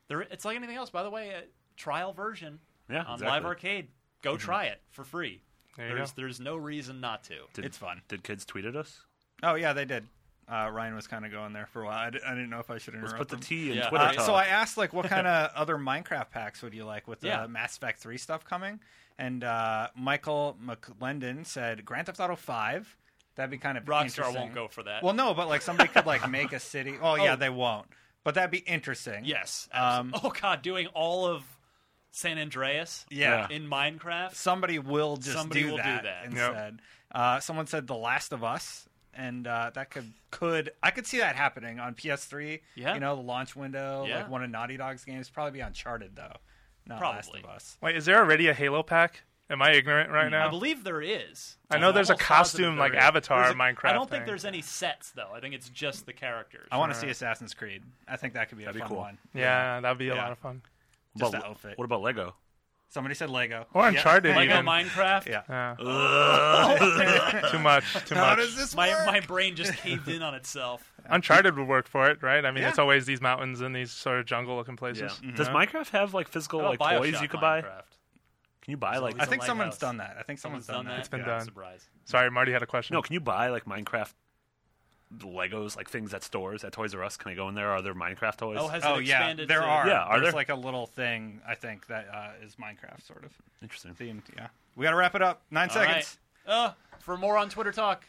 S3: there. It's like anything else, by the way. A trial version
S5: Yeah,
S3: on
S5: exactly.
S3: Live Arcade. Go try it for free.
S6: There you
S3: there's
S6: go.
S3: there's no reason not to.
S5: Did,
S4: It's fun.
S5: Did kids tweet at us?
S4: Oh yeah, they did. Uh, Ryan was kind of going there for a while. I, d- I didn't know if I should interrupt.
S5: Let's put the
S4: him.
S5: T in
S3: Yeah.
S5: Twitter.
S4: Uh,
S5: talk.
S4: so I asked like, what kind of other Minecraft packs would you like with the
S3: Yeah.
S4: Mass Effect Three stuff coming? And uh, Michael McLendon said Grand Theft Auto Five. That'd be kind of
S3: Rockstar
S4: interesting.
S3: won't go for that.
S4: Well, no, but like somebody could like make a city. Oh yeah, they won't. But that'd be interesting.
S3: Yes.
S4: Um,
S3: absolutely. oh God, doing all of San Andreas.
S4: Yeah.
S3: In Minecraft.
S4: Somebody will just
S3: Somebody
S4: do,
S3: will do
S4: that
S3: that. Yep.
S4: instead. Uh, someone said The Last of Us, and uh, that could could I could see that happening on PS3.
S3: Yeah.
S4: you know the launch window,
S3: Yeah.
S4: like one of Naughty Dog's games, probably be Uncharted though, not Last
S3: Probably.
S4: of Us.
S6: Wait, is there already a Halo pack? Am I ignorant right now?
S3: I believe there is.
S6: I know
S3: I'm
S6: there's a
S3: almost positive
S6: costume,
S3: there
S6: like,
S3: is.
S6: avatar
S3: There's
S6: Minecraft
S3: I don't think
S6: thing.
S3: there's any sets though. I think it's just the characters.
S4: I want to see Assassin's Creed. I think that could be a
S5: That'd be
S4: fun
S5: cool.
S4: one.
S6: yeah, that'd be a
S4: Yeah.
S6: lot of fun.
S5: What
S4: Just
S5: about-
S4: the outfit.
S5: What about Lego?
S4: Somebody said Lego.
S6: Or Uncharted,
S3: Lego
S6: even.
S3: Minecraft.
S4: Yeah.
S6: Yeah. too much. Too
S4: How
S6: much.
S4: does this
S3: My
S4: work?
S3: my brain just caved in on itself.
S6: Uncharted would work for it, right? I mean,
S4: Yeah.
S6: it's always these mountains and these sort of jungle-looking
S5: Yeah.
S6: places.
S5: Does Minecraft have like physical
S3: How
S5: like
S3: about
S5: toys
S3: Oh, Bioshock
S5: you could buy?
S3: Minecraft?
S5: Can you buy like?
S4: I think
S3: Lighthouse.
S4: someone's done that. I think someone's,
S3: Someone's done that.
S4: that.
S6: been
S4: Yeah.
S6: done.
S3: Surprise.
S6: Sorry, Marty had a question.
S5: No, can you buy like Minecraft Legos, like things at stores at Toys R Us? Can I go in there? Are there Minecraft toys?
S3: Oh, has
S4: Oh
S3: it
S4: yeah,
S3: expanded?
S4: there
S3: to-
S4: are.
S5: Yeah, are
S4: There's
S5: there?
S4: like a little thing I think that uh, is Minecraft sort of
S5: Interesting.
S4: themed. Yeah, we got to wrap it up. Nine
S3: All right.
S4: seconds.
S3: Uh, for more on Twitter Talk,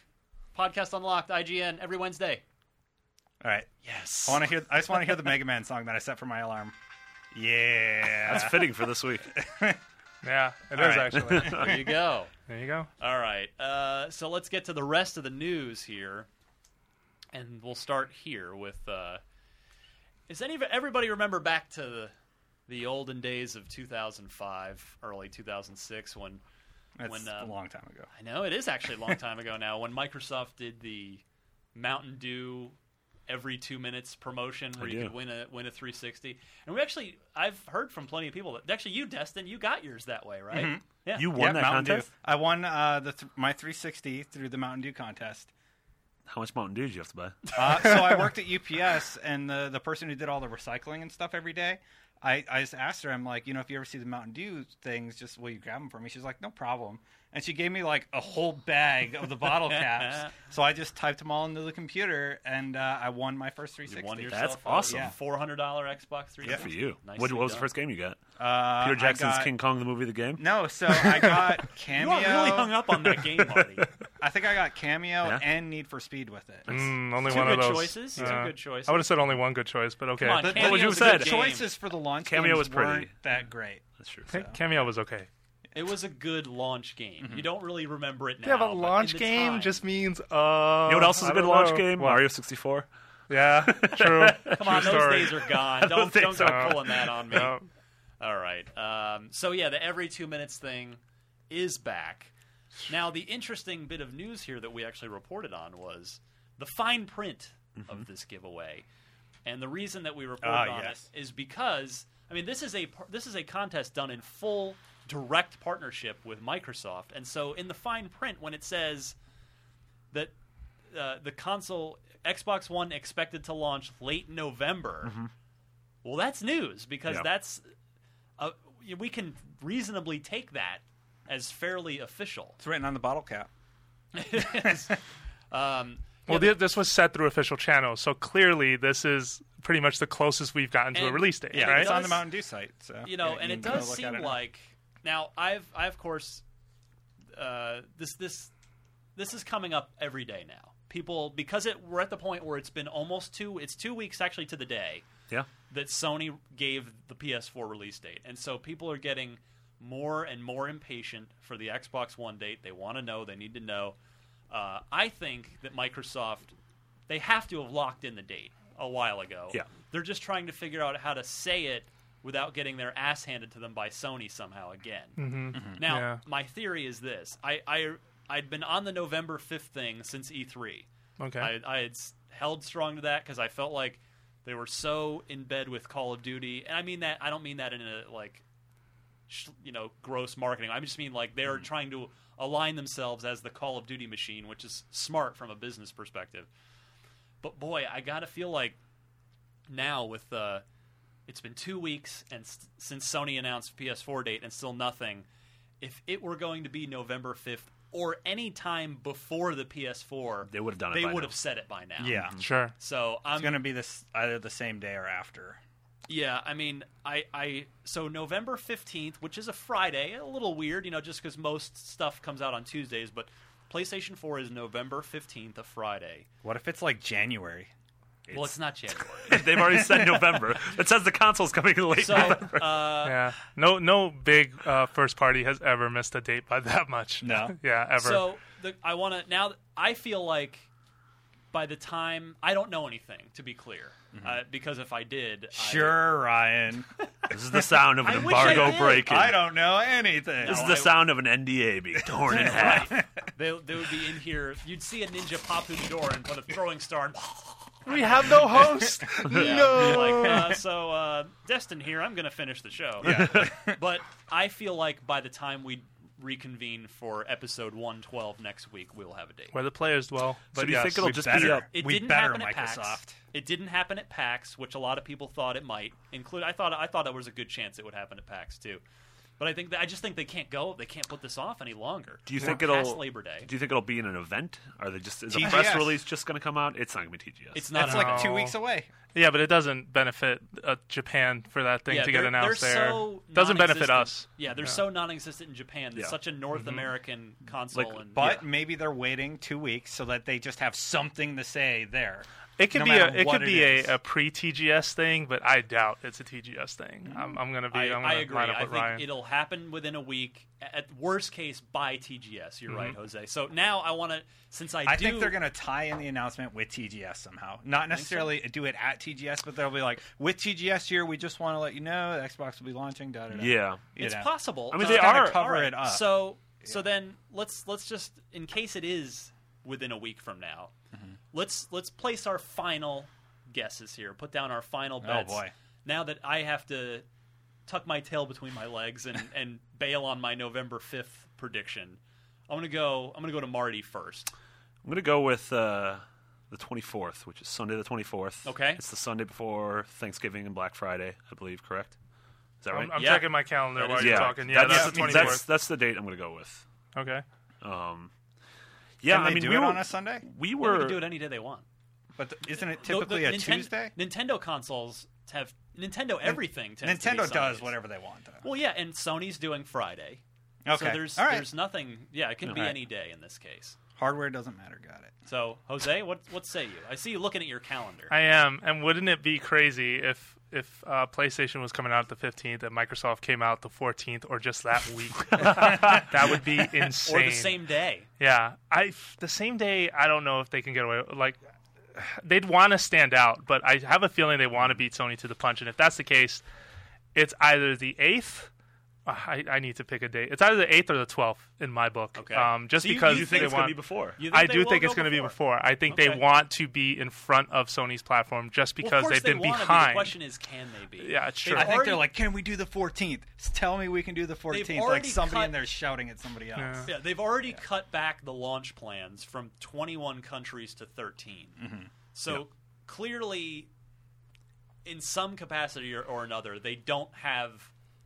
S3: Podcast Unlocked, IGN every Wednesday.
S4: All right.
S3: Yes.
S4: I want to hear. I just want to hear the Mega Man song that I set for my alarm. Yeah.
S5: That's fitting for this week.
S6: Yeah,
S4: All
S6: it is
S4: right.
S6: actually.
S3: There you go.
S6: There you go.
S3: All right. Uh, so let's get to the rest of the news here, and we'll start here with. Uh, is any everybody remember back to the, the olden days of 2005, early 2006, when
S4: That's
S3: when
S4: a
S3: um,
S4: long time ago.
S3: I know it is actually a long time ago now when Microsoft did the Mountain Dew every two minutes promotion where
S5: I
S3: you
S5: do.
S3: could win a win a 360. And we actually I've heard from plenty of people that actually you Destin you got yours that way right? Yeah,
S5: Mm-hmm. You won
S4: Yeah,
S5: that
S4: Mountain
S5: contest.
S4: Dew. I won uh, the th- my 360 through the Mountain Dew contest.
S5: How much Mountain Dew did you have to buy?
S4: Uh, so I worked at UPS, and the the person who did all the recycling and stuff every day, I, I just asked her, I'm like, you know, if you ever see the Mountain Dew things, just will you grab them for me? She's like, no problem. And she gave me like a whole bag of the bottle caps. So I just typed them all into the computer, and uh, I won my first
S3: you
S4: 360.
S3: won yourself
S5: That's
S3: a
S5: awesome.
S4: Yeah.
S3: four hundred dollar Xbox 360.
S5: Good for you.
S3: Nicely
S5: what, what was the
S3: done.
S5: first game you got?
S4: Uh,
S5: Peter
S4: I
S5: Jackson's
S4: got-
S5: King Kong, the movie, the game.
S4: No, so I got
S3: You
S4: Cameo.
S3: are really hung up on that game, buddy.
S4: I think I got Cameo
S5: Yeah.
S4: and Need for Speed with it.
S6: Mm, only
S3: Two
S6: one
S3: good
S6: of those.
S3: choices. Two good choices.
S6: I would have said only one good choice, but okay.
S3: Come on,
S4: The,
S3: Cameo's
S5: would you
S3: a
S5: have
S3: good
S5: said?
S3: game.
S4: choices for the launch
S5: Cameo
S4: games
S5: was pretty.
S4: weren't that great.
S5: That's true.
S6: Ca- Cameo was okay.
S3: It was a good launch game. You don't really remember it now.
S6: yeah, but
S3: in
S6: launch
S3: the
S6: game
S3: time-
S6: just means uh.
S5: You know what else is a good launch game?
S6: What?
S5: Mario 64.
S6: Yeah, true.
S3: Come on,
S6: True
S3: those
S6: story.
S3: days are gone. Don't,
S5: days
S3: don't go
S6: are-
S3: pulling that on me.
S6: Yeah.
S3: All right. Um, so yeah, the every two minutes thing is back. Now the interesting bit of news here that we actually reported on was the fine print of this giveaway, and the reason that we reported
S4: Mm-hmm. Ah,
S3: on
S4: yes.
S3: it is because I mean this is a par- this is a contest done in full direct partnership with Microsoft, and so in the fine print when it says that uh, the console Xbox One expected to launch late November.
S4: Mm-hmm.
S3: Well, that's news because
S5: Yeah.
S3: that's uh, we can reasonably take that as fairly official.
S4: It's written on the bottle cap.
S3: Um,
S6: Well, thi- this was set through official channels, so clearly this is pretty much the closest we've gotten to a
S3: And-
S6: release date,
S3: yeah,
S6: right?
S4: It's on the
S3: does-
S4: Mountain Dew site. So
S3: you know, and
S4: you
S3: it
S4: can go
S3: does
S4: look at
S3: seem
S4: it now.
S3: like now I've I of course uh, this this this is coming up every day now. People because it we're at the point where it's been almost two it's two weeks actually to the day
S5: Yeah.
S3: that Sony gave the PS4 release date. And so people are getting more and more impatient for the Xbox One date. They want to know, they need to know. Uh, I think that Microsoft, they have to have locked in the date a while ago.
S5: Yeah.
S3: They're just trying to figure out how to say it without getting their ass handed to them by Sony somehow again.
S6: Mm-hmm.
S3: Now,
S6: Yeah.
S3: my theory is this I, I, I'd been on the November 5th thing since E E3.
S6: Okay.
S3: I, I had s- held strong to that because I felt like they were so in bed with Call of Duty, and I mean that I don't mean that in a like, sh- you know, gross marketing. I just mean like they're trying to align themselves as the Call of Duty machine, which is smart from a business perspective. But boy, I gotta feel like now with uh, it's been two weeks and s- since Sony announced PS4 date and still nothing. If it were going to be November fifth or any time before the PS4,
S5: They would have done it.
S3: they
S5: by
S3: would
S5: now.
S3: have said it by now.
S4: yeah,
S6: Sure.
S3: So I'm
S4: it's going to be this either the same day or after.
S3: yeah. I mean, I I so November fifteenth, which is a Friday, a little weird, you know, just because most stuff comes out on Tuesdays, but PlayStation Four is November fifteenth, a Friday.
S4: What if it's like January?
S3: well, it's not January.
S5: They've already said November. It says the console's coming in late
S3: so
S5: November.
S3: uh,
S6: yeah. No, no big uh, first party has ever missed a date by that much.
S4: No.
S6: yeah, ever.
S3: so the, I want to now. I feel like by the time I don't know anything to be clear, uh, because if I did, I,
S4: Sure, Ryan.
S5: This is the sound of an
S3: I wish I
S5: embargo
S3: did.
S5: breaking.
S4: I don't know anything.
S5: This is
S3: No,
S5: the
S3: I-
S5: sound of an NDA being torn in half.
S3: they, they would be in here. You'd see a ninja pop through the door and put a throwing star and.
S6: we have no host.
S3: Yeah,
S6: No.
S3: Like, uh, so, uh, Destin here, I'm going to finish the show. but I feel like by the time we reconvene for episode 112 next week, we'll have a date.
S6: Where the players dwell. But
S5: do you
S6: yes,
S5: think it'll
S4: we
S5: just
S4: better.
S5: be up?
S3: It
S4: we
S3: didn't
S4: better
S3: happen at PAX.
S4: Microsoft.
S3: It didn't happen at PAX, which a lot of people thought it might. Include I thought I thought there was a good chance it would happen at PAX too. But I think that, I just think they can't go. They can't put this off any longer.
S5: Do you
S3: We're
S5: think
S3: past
S5: it'll-
S3: Labor Day?
S5: Do you think it'll be in an event? Are they just is a
S4: TGS.
S5: press release just going to come out? It's not going to be TGS.
S3: It's not
S4: That's
S3: an
S4: like two
S6: No.
S4: weeks away.
S6: yeah, but it doesn't benefit uh, Japan for that thing
S3: yeah,
S6: to get
S3: they're-
S6: announced
S3: they're
S6: there.
S3: So
S6: doesn't benefit
S3: non-existent.
S6: us. Mm-hmm.
S3: Yeah, they're so non-existent in Japan. It's
S5: Yeah.
S3: such a North American console.
S5: Like,
S3: and,
S4: But maybe they're waiting two weeks so that they just have something to say there.
S6: It could
S4: no
S6: be a
S4: matter
S6: it
S4: what
S6: could be
S4: is.
S6: a, a pre TGS thing, but I doubt it's a TGS thing. I'm, I'm gonna
S3: Mm-hmm.
S6: be
S3: I,
S6: am gonna
S3: I agree.
S6: line up
S3: I
S6: with
S3: think
S6: Ryan.
S3: it'll happen within a week. At worst case, by TGS. You're
S6: Mm-hmm.
S3: right, Jose. So now I want to, since I,
S4: I
S3: do,
S4: think they're going to tie in the announcement with TGS somehow. Not necessarily do it at TGS, but they'll be like, with TGS here, we just want to let you know the Xbox will be launching. Da, da, da.
S5: yeah.
S4: You
S3: It's
S4: know.
S3: possible.
S5: I mean,
S3: Uh,
S5: they
S4: Kinda
S5: are
S4: cover
S3: all right.
S4: it up.
S3: So So then let's let's just in case it is within a week from now,
S4: Mm-hmm.
S3: let's let's place our final guesses here. Put down our final bets.
S4: Oh, boy.
S3: Now that I have to tuck my tail between my legs and, and bail on my November fifth prediction, I'm gonna go I'm gonna go to Marty first.
S5: I'm gonna go with uh, the 24th, which is Sunday the 24th.
S3: Okay.
S5: It's the Sunday before Thanksgiving and Black Friday, I believe. Correct? Is that right?
S6: I'm, I'm
S3: Yeah.
S6: checking my calendar
S3: That
S6: while
S3: is-
S6: you're
S5: yeah.
S6: talking. Yeah, that's, the 24th.
S5: That's, that's the date I'm gonna go with.
S6: okay.
S5: Um, yeah,
S4: Can
S5: I
S4: they
S5: mean,
S4: do
S5: we
S4: it
S5: were
S4: on a Sunday?
S5: we
S3: Yeah,
S5: were
S3: they can do it any day they want.
S4: But th- isn't it
S3: Though the
S4: typically a
S3: Ninten-
S4: Tuesday?
S3: Nintendo consoles have Nintendo everything. tends to be
S4: Nintendo does
S3: Sundays.
S4: whatever they want. Though.
S3: Well, yeah, and Sony's doing Friday.
S4: Okay.
S3: So there's
S4: All right.
S3: there's nothing. Yeah, it can be
S5: All right.
S3: any day in this case.
S4: Hardware doesn't matter. Got it.
S3: So Jose, what what say you? I see you looking at your calendar.
S6: I am. And wouldn't it be crazy if if uh, PlayStation was coming out the 15th and Microsoft came out the 14th or just that week? that would be
S3: or
S6: insane.
S3: the same day.
S6: Yeah, I the same day. I don't know if they can get away. Like, they'd want to stand out, but I have a feeling they want to beat Sony to the punch. And if that's the case, it's either the eighth. I, I need to pick a date. It's either the eighth or the twelfth in my book.
S3: Okay.
S6: Um, just
S5: So you-
S6: because
S5: you think
S6: they
S5: it's
S6: want,
S5: gonna be before?
S3: You
S6: I
S3: they
S6: do
S3: will
S6: think
S3: go
S6: it's going to be before. I think
S3: Okay.
S6: they want to be in front of Sony's platform just
S3: Well, of
S6: because
S3: course
S6: they've
S3: they
S6: been
S3: wanna be. The
S6: behind.
S3: question is, can they be?
S6: Yeah,
S3: They've
S6: sure.
S4: I think
S3: already-
S4: they're like, can we do the 14th? S- Tell me we can do the 14th. Like
S3: already
S4: somebody
S3: cut-
S4: in there shouting at somebody else.
S6: Yeah.
S3: Yeah, they've already cut back the launch plans from 21 countries to 13. So clearly, in some capacity or, or another, they don't have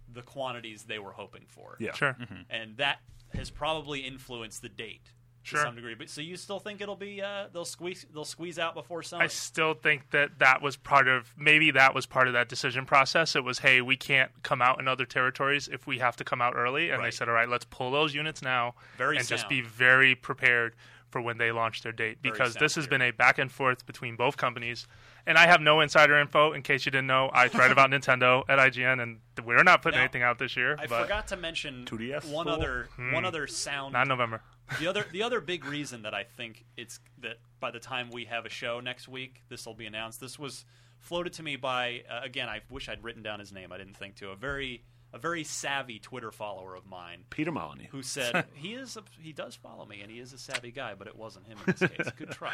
S3: the quantities they were hoping for.
S5: yeah.
S6: Sure.
S3: and that has probably influenced the date
S6: Sure.
S3: to some degree. But so you still think it'll be uh, they'll squeeze they'll squeeze out before summer.
S6: I still think that that was part of maybe that was part of that decision process. It was, hey, we can't come out in other territories if we have to come out early, and they
S3: Right.
S6: said, all right, let's pull those units now
S3: Very
S6: and just
S3: sound.
S6: be very prepared for when they launch their date
S3: Very
S6: because this
S3: sound
S6: has been a back and forth between both companies. And I have no insider info. In case you didn't know, I write about Nintendo at IGN, and we're not putting
S3: Now,
S6: anything out this year.
S3: I
S6: but
S3: forgot to mention
S5: 2DS
S3: one
S5: full?
S3: other one other sound.
S6: Hmm. not in November.
S3: the other the other big reason that I think it's that by the time we have a show next week, this will be announced. This was floated to me by uh, again. I wish I'd written down his name. I didn't think to a very a very savvy Twitter follower of mine
S5: Peter Molyneux.
S3: who said he is a, he does follow me and he is a savvy guy, but it wasn't him in this case. Good try.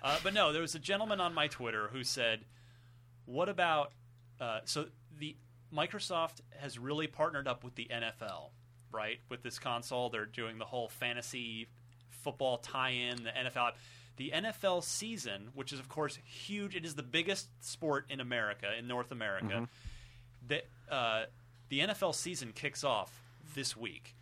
S3: Uh, but no, there was a gentleman on my Twitter who said, "What about uh, so the Microsoft has really partnered up with the NFL, right? With this console, they're doing the whole fantasy football tie-in, the NFL." The NFL season, which is of course huge, it is the biggest sport in America, in North America that uh, the NFL season kicks off this week.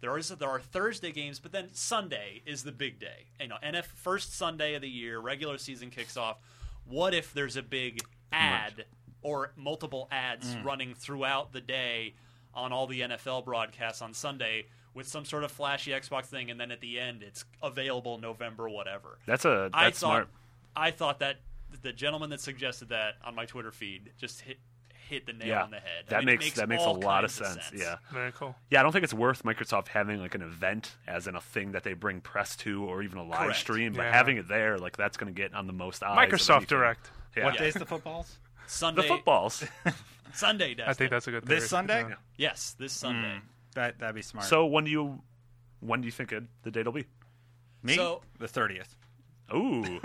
S3: There is there are Thursday games, but then Sunday is the big day. You know, NF first Sunday of the year, regular season kicks off. What if there's a big ad or multiple ads running throughout the day on all the NFL broadcasts on Sunday with some sort of flashy Xbox thing, and then at the end it's available November whatever.
S5: That's a that's
S3: I thought
S5: smart.
S3: I thought that the gentleman that suggested that on my Twitter feed just hit hit the nail
S5: Yeah,
S3: on the head. I
S5: that
S3: mean, it
S5: makes, that makes a
S3: all
S5: lot of
S3: kinds
S5: sense. Yeah,
S6: Very cool.
S5: yeah. I don't think it's worth Microsoft having like an event as in a thing that they bring press to or even a live
S3: Correct.
S5: stream, but
S6: Yeah.
S5: having it there, like that's going to get on the most eyes. of
S6: Microsoft
S5: anything.
S6: Direct.
S5: Yeah.
S4: What
S3: Yeah.
S4: day's the footballs?
S5: The
S3: Sunday
S5: footballs.
S3: Sunday
S6: I think that's a good.
S4: This
S6: theory.
S4: Sunday?
S6: Yeah.
S3: yes, this Sunday.
S4: That that'd be smart.
S5: so when do you when do you think it, the date will be?
S4: me,
S3: so-
S4: the 30th.
S5: Ooh,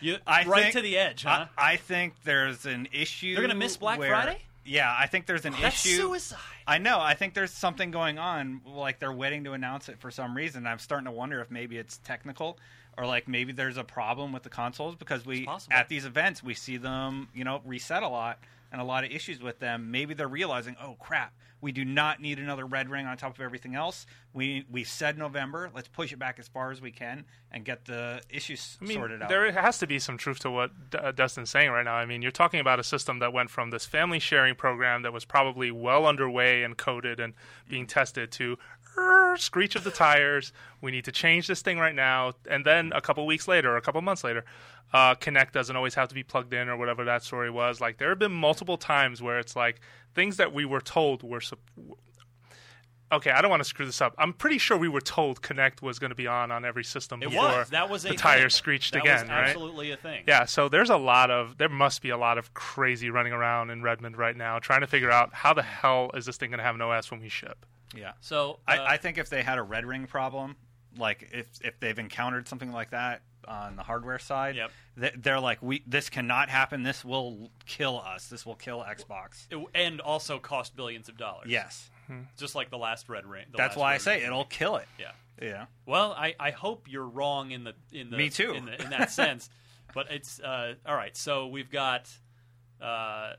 S3: You
S4: I
S3: right
S4: think-
S3: to the edge, huh?
S4: I, I think there's an issue.
S3: They're gonna miss Black
S4: where-
S3: Friday?
S4: Yeah, I think there's an
S3: that's
S4: issue.
S3: suicide.
S4: I know. I think there's something going on. Like they're waiting to announce it for some reason. I'm starting to wonder if maybe it's technical or like maybe there's a problem with the consoles because we
S3: possible.
S4: at these events we see them you know reset a lot and a lot of issues with them. Maybe they're realizing, oh crap, we do not need another red ring on top of everything else. We we said November. Let's push it back as far as we can and get the issues
S6: I mean,
S4: sorted out.
S6: there has to be some truth to what D- uh, Dustin's saying right now. I mean, you're talking about a system that went from this family sharing program that was probably well underway and coded and
S3: Mm-hmm.
S6: being tested to "Er, screech of the tires. We need to change this thing right now. And then a couple weeks later, or a couple months later, uh, Connect doesn't always have to be plugged in or whatever that story was. Like, there have been multiple times where it's like things that we were told were. Sup- okay, I don't want to screw this up. I'm pretty sure we were told Connect was going to be on on every system
S3: It
S6: before
S3: was that was a
S6: the tire
S3: thing.
S6: screeched
S3: That
S6: again,
S3: was
S6: right?
S3: Absolutely a thing.
S6: Yeah, so there's a lot of there must be a lot of crazy running around in Redmond right now trying to figure out how the hell is this thing going to have an OS when we ship.
S4: Yeah.
S3: So uh,
S4: I, I think if they had a red ring problem, like if if they've encountered something like that on the hardware side,
S3: Yep.
S4: th- they're like, we this cannot happen. This will kill us. This will kill Xbox.
S3: it- and also cost billions of dollars.
S4: Yes,
S3: just like the last Red Ring. the
S4: that's
S3: last
S4: why I
S3: Red
S4: say
S3: Ring.
S4: it'll kill it.
S3: Yeah.
S4: Yeah.
S3: Well, I, I hope you're wrong in the in the
S4: Me too.
S3: in, the, in that sense, but it's uh, all right. So we've got uh,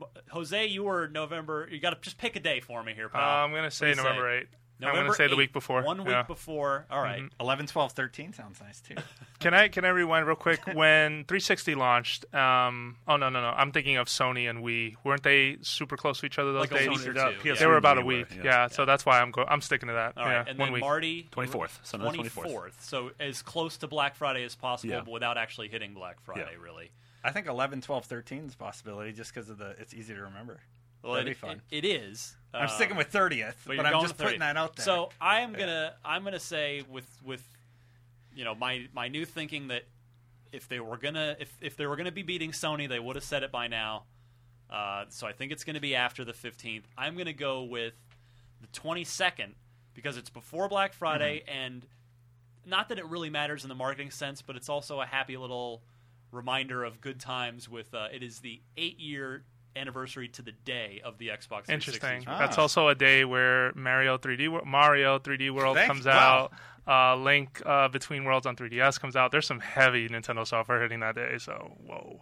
S3: b- Jose. You were November. You got to just pick a day for me here,
S6: Uh,
S3: pal.
S6: I'm gonna say
S3: What do you
S6: November eighth. I'm
S3: November
S6: gonna say the
S3: 8th,
S6: week before.
S3: One week
S6: Yeah. Mm-hmm.
S3: before. All right.
S4: 11, 12, 13 sounds nice too.
S6: Can I can I rewind real quick? When 360 launched, um, oh no no no, I'm thinking of Sony and Wii. Weren't they super close to each other those
S3: Like a
S6: days?
S3: week or two, yeah.
S6: They were about a
S5: They were,
S6: week.
S5: yeah.
S6: Yeah, so that's why I'm go- I'm sticking to that.
S3: All right,
S6: yeah,
S3: and
S6: one
S3: then
S6: week.
S3: Marty
S5: 24th, Sunday the 24th.
S3: 24th. So as close to Black Friday as possible,
S5: Yeah.
S3: but without actually hitting Black Friday,
S5: Yeah.
S3: really.
S4: I think 11, 12, 13 is a possibility just because of the it's easy to remember.
S3: Well,
S4: That'd
S3: it,
S4: be fun.
S3: it- it is.
S4: I'm
S3: Um,
S4: sticking with 30th, but,
S3: you're
S4: I'm
S3: going
S4: just
S3: with 30.
S4: putting that out there.
S3: So I am gonna I'm gonna say with with you know my my new thinking that if they were gonna if if they were gonna be beating Sony, they would have said it by now. Uh, so I think it's gonna be after the 15th. I'm gonna go with the 22nd because it's before Black Friday
S4: Mm-hmm.
S3: and not that it really matters in the marketing sense, but it's also a happy little reminder of good times with uh, it is the 8 year anniversary to the day of the Xbox 360's
S6: Interesting.
S4: Ah.
S6: That's also a day where Mario 3D Wor- Mario 3D World
S4: Thank-
S6: comes
S4: wow.
S6: out. Uh, Link uh, Between Worlds on 3DS comes out. There's some heavy Nintendo software hitting that day. So whoa,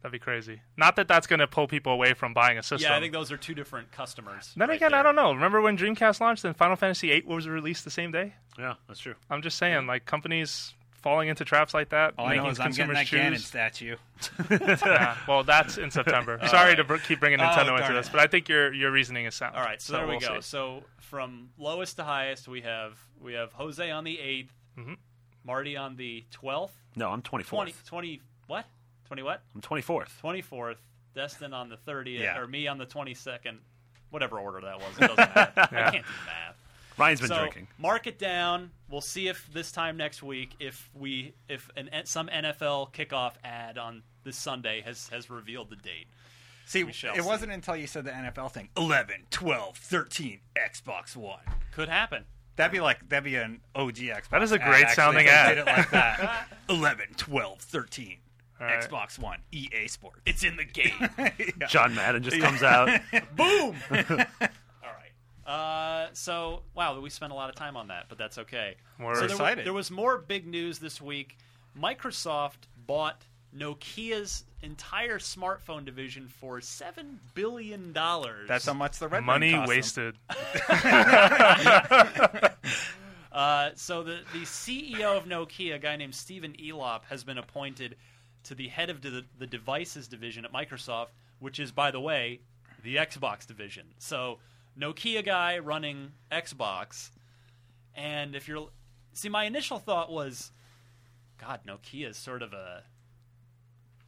S6: that'd be crazy. Not that that's gonna pull people away from buying a system.
S3: Yeah, I think those are two different customers.
S6: Then
S3: right
S6: again,
S3: there.
S6: I don't know. Remember when Dreamcast launched and Final Fantasy VIII was released the same day?
S5: Yeah, that's true.
S6: I'm just saying, like companies falling into traps like that,
S4: All Oh, I
S6: making
S4: know is I'm getting
S6: consumers
S4: that Ganon
S6: choose.
S4: statue.
S6: Yeah, well, that's in September. Sorry to br- keep bringing Nintendo into
S4: darn
S6: this,
S4: it.
S6: but I think your your reasoning is sound.
S3: Oh, All right, so, there we
S6: we'll
S3: go.
S6: see.
S3: So from lowest to highest, we have we have Jose on the 8th
S6: Mm-hmm.
S3: Marty on the twelfth,
S5: No, I'm 24th.
S3: 20, 20 what, twenty what,
S5: I'm 24th.
S3: twenty fourth. Destin on the thirtieth,
S4: Yeah.
S3: or me on the twenty second, whatever order that was. It doesn't matter. I
S6: Yeah.
S3: can't do math.
S5: Ryan's been
S3: so
S5: drinking.
S3: mark it down. We'll see if this time next week, if we if an some NFL kickoff ad on this Sunday has has revealed the date.
S4: See,
S3: shall
S4: it
S3: see.
S4: wasn't until you said the NFL thing 11, 12, 13, Xbox One.
S3: Could happen.
S4: That'd be like that'd be an OG Xbox.
S6: That is a
S4: ad,
S6: great
S4: actually,
S6: sounding
S4: if they
S6: ad.
S4: Did it like that. 11, 12, 13.
S6: right.
S4: Xbox One, EA Sports.
S3: It's in the game.
S5: John Madden just comes out.
S3: All right. Uh, so wow, we spent a lot of time on that, but that's okay.
S6: We're
S3: so there, wa-
S4: excited.
S3: there was more big news this week. Microsoft bought Nokia's entire smartphone division for seven billion dollars.
S4: That's how much the red Ring
S6: Money
S4: cost them.
S6: wasted.
S3: Uh, so the the CEO of Nokia, a guy named Stephen Elop, has been appointed to the head of the, the devices division at Microsoft, which is, by the way, the Xbox division. So Nokia guy running Xbox, and if you're see, my initial thought was, God, Nokia is sort of a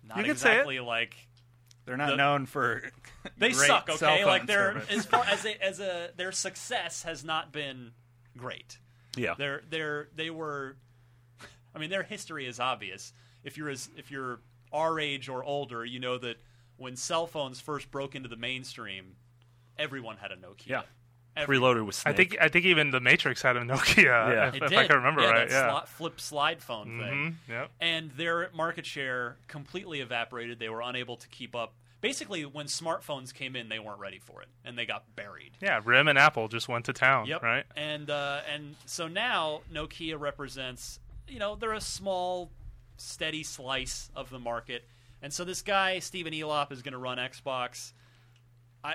S3: not
S6: You could say it.
S3: exactly like
S4: They're not
S3: The-
S4: known for.
S3: they
S4: great
S3: suck.
S4: cell
S3: Okay,
S4: phone
S3: like they're
S4: service.
S3: as far as a, as a their success has not been great.
S5: yeah.
S3: They're they're they were I mean their history is obvious. If you're as if you're our age or older, you know that when cell phones first broke into the mainstream, everyone had a Nokia.
S5: Yeah.
S3: Every-
S5: Preloaded with
S6: I
S5: Snake.
S6: think I think even the Matrix had a Nokia,
S5: Yeah.
S6: if,
S3: It
S6: if
S3: did.
S6: I can remember
S3: yeah,
S6: right.
S3: That
S6: yeah.
S3: sli- flip slide phone thing.
S6: Mhm, yep.
S3: And their market share completely evaporated. They were unable to keep up. Basically, when smartphones came in, they weren't ready for it, and they got buried.
S6: Yeah, Rim and Apple just went to town,
S3: Yep.
S6: right?
S3: And uh, and so now Nokia represents, you know, they're a small, steady slice of the market. And so this guy Stephen Elop is going to run Xbox. I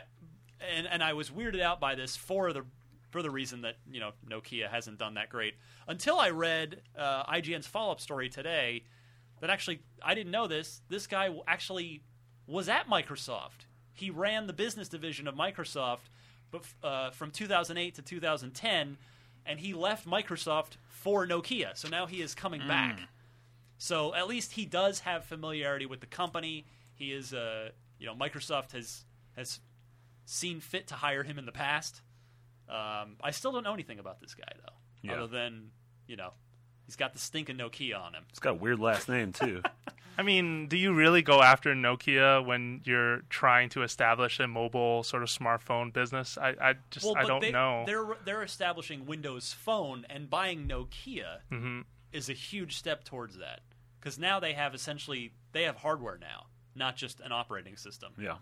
S3: and and I was weirded out by this for the for the reason that you know Nokia hasn't done that great until I read uh, IGN's follow up story today. That actually I didn't know this. This guy w- actually was at Microsoft. He ran the business division of Microsoft, but f- uh, from 2008 to 2010, and he left Microsoft for Nokia. So now he is coming back. So at least he does have familiarity with the company. He is uh, you know Microsoft has has seen fit to hire him in the past. Um, I still don't know anything about this guy though,
S5: Yeah.
S3: other than you know he's got the stinking Nokia on him.
S5: It's got a weird last name, too.
S6: I mean, do you really go after Nokia when you're trying to establish a mobile sort of smartphone business? I, I just I
S3: but
S6: don't
S3: they,
S6: know.
S3: They're they're establishing Windows Phone and buying Nokia
S6: Mm-hmm.
S3: is a huge step towards that because now they have essentially they have hardware now, not just an operating system.
S5: Yeah.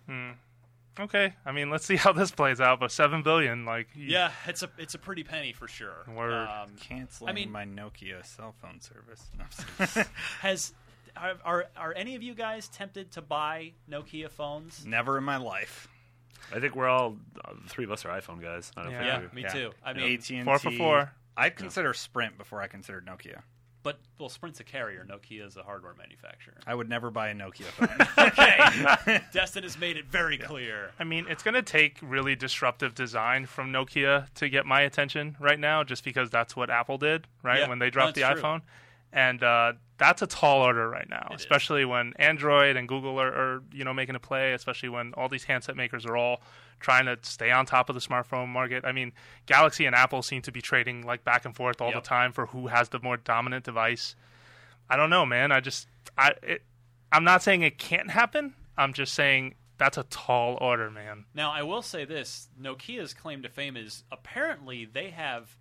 S6: Okay, I mean, let's see how this plays out. But seven billion, like, you-
S3: Yeah, it's a it's a pretty penny for sure.
S6: Word.
S3: Um,
S4: Canceling
S3: I mean-
S4: my Nokia cell phone service. No, I'm sorry.
S3: has are, are are any of you guys tempted to buy Nokia phones?
S4: Never in my life.
S5: I think we're all uh, the three of us are iPhone guys. I don't
S6: Yeah.
S5: think
S3: Yeah,
S5: we-
S3: me too. I mean,
S4: AT&T.
S6: Four for four.
S4: I'd consider Sprint before I considered Nokia.
S3: but well, Sprint's a carrier. Nokia is a hardware manufacturer.
S4: I would never buy a Nokia phone.
S3: Okay, Destin has made it very clear.
S6: I mean, it's going to take really disruptive design from Nokia to get my attention right now, just because that's what Apple did, right?
S3: Yeah,
S6: When they dropped
S3: that's true.
S6: the iPhone. And uh, that's a tall order right now, especially when Android and Google are, are, you know, making a play. Especially when all these handset makers are all trying to stay on top of the smartphone market. I mean, Galaxy and Apple seem to be trading like back and forth all
S3: Yep.
S6: the time for who has the more dominant device. I don't know, man. I just, I, it, I'm not saying it can't happen. I'm just saying that's a tall order, man.
S3: Now, I will say this Nokia's claim to fame is apparently they have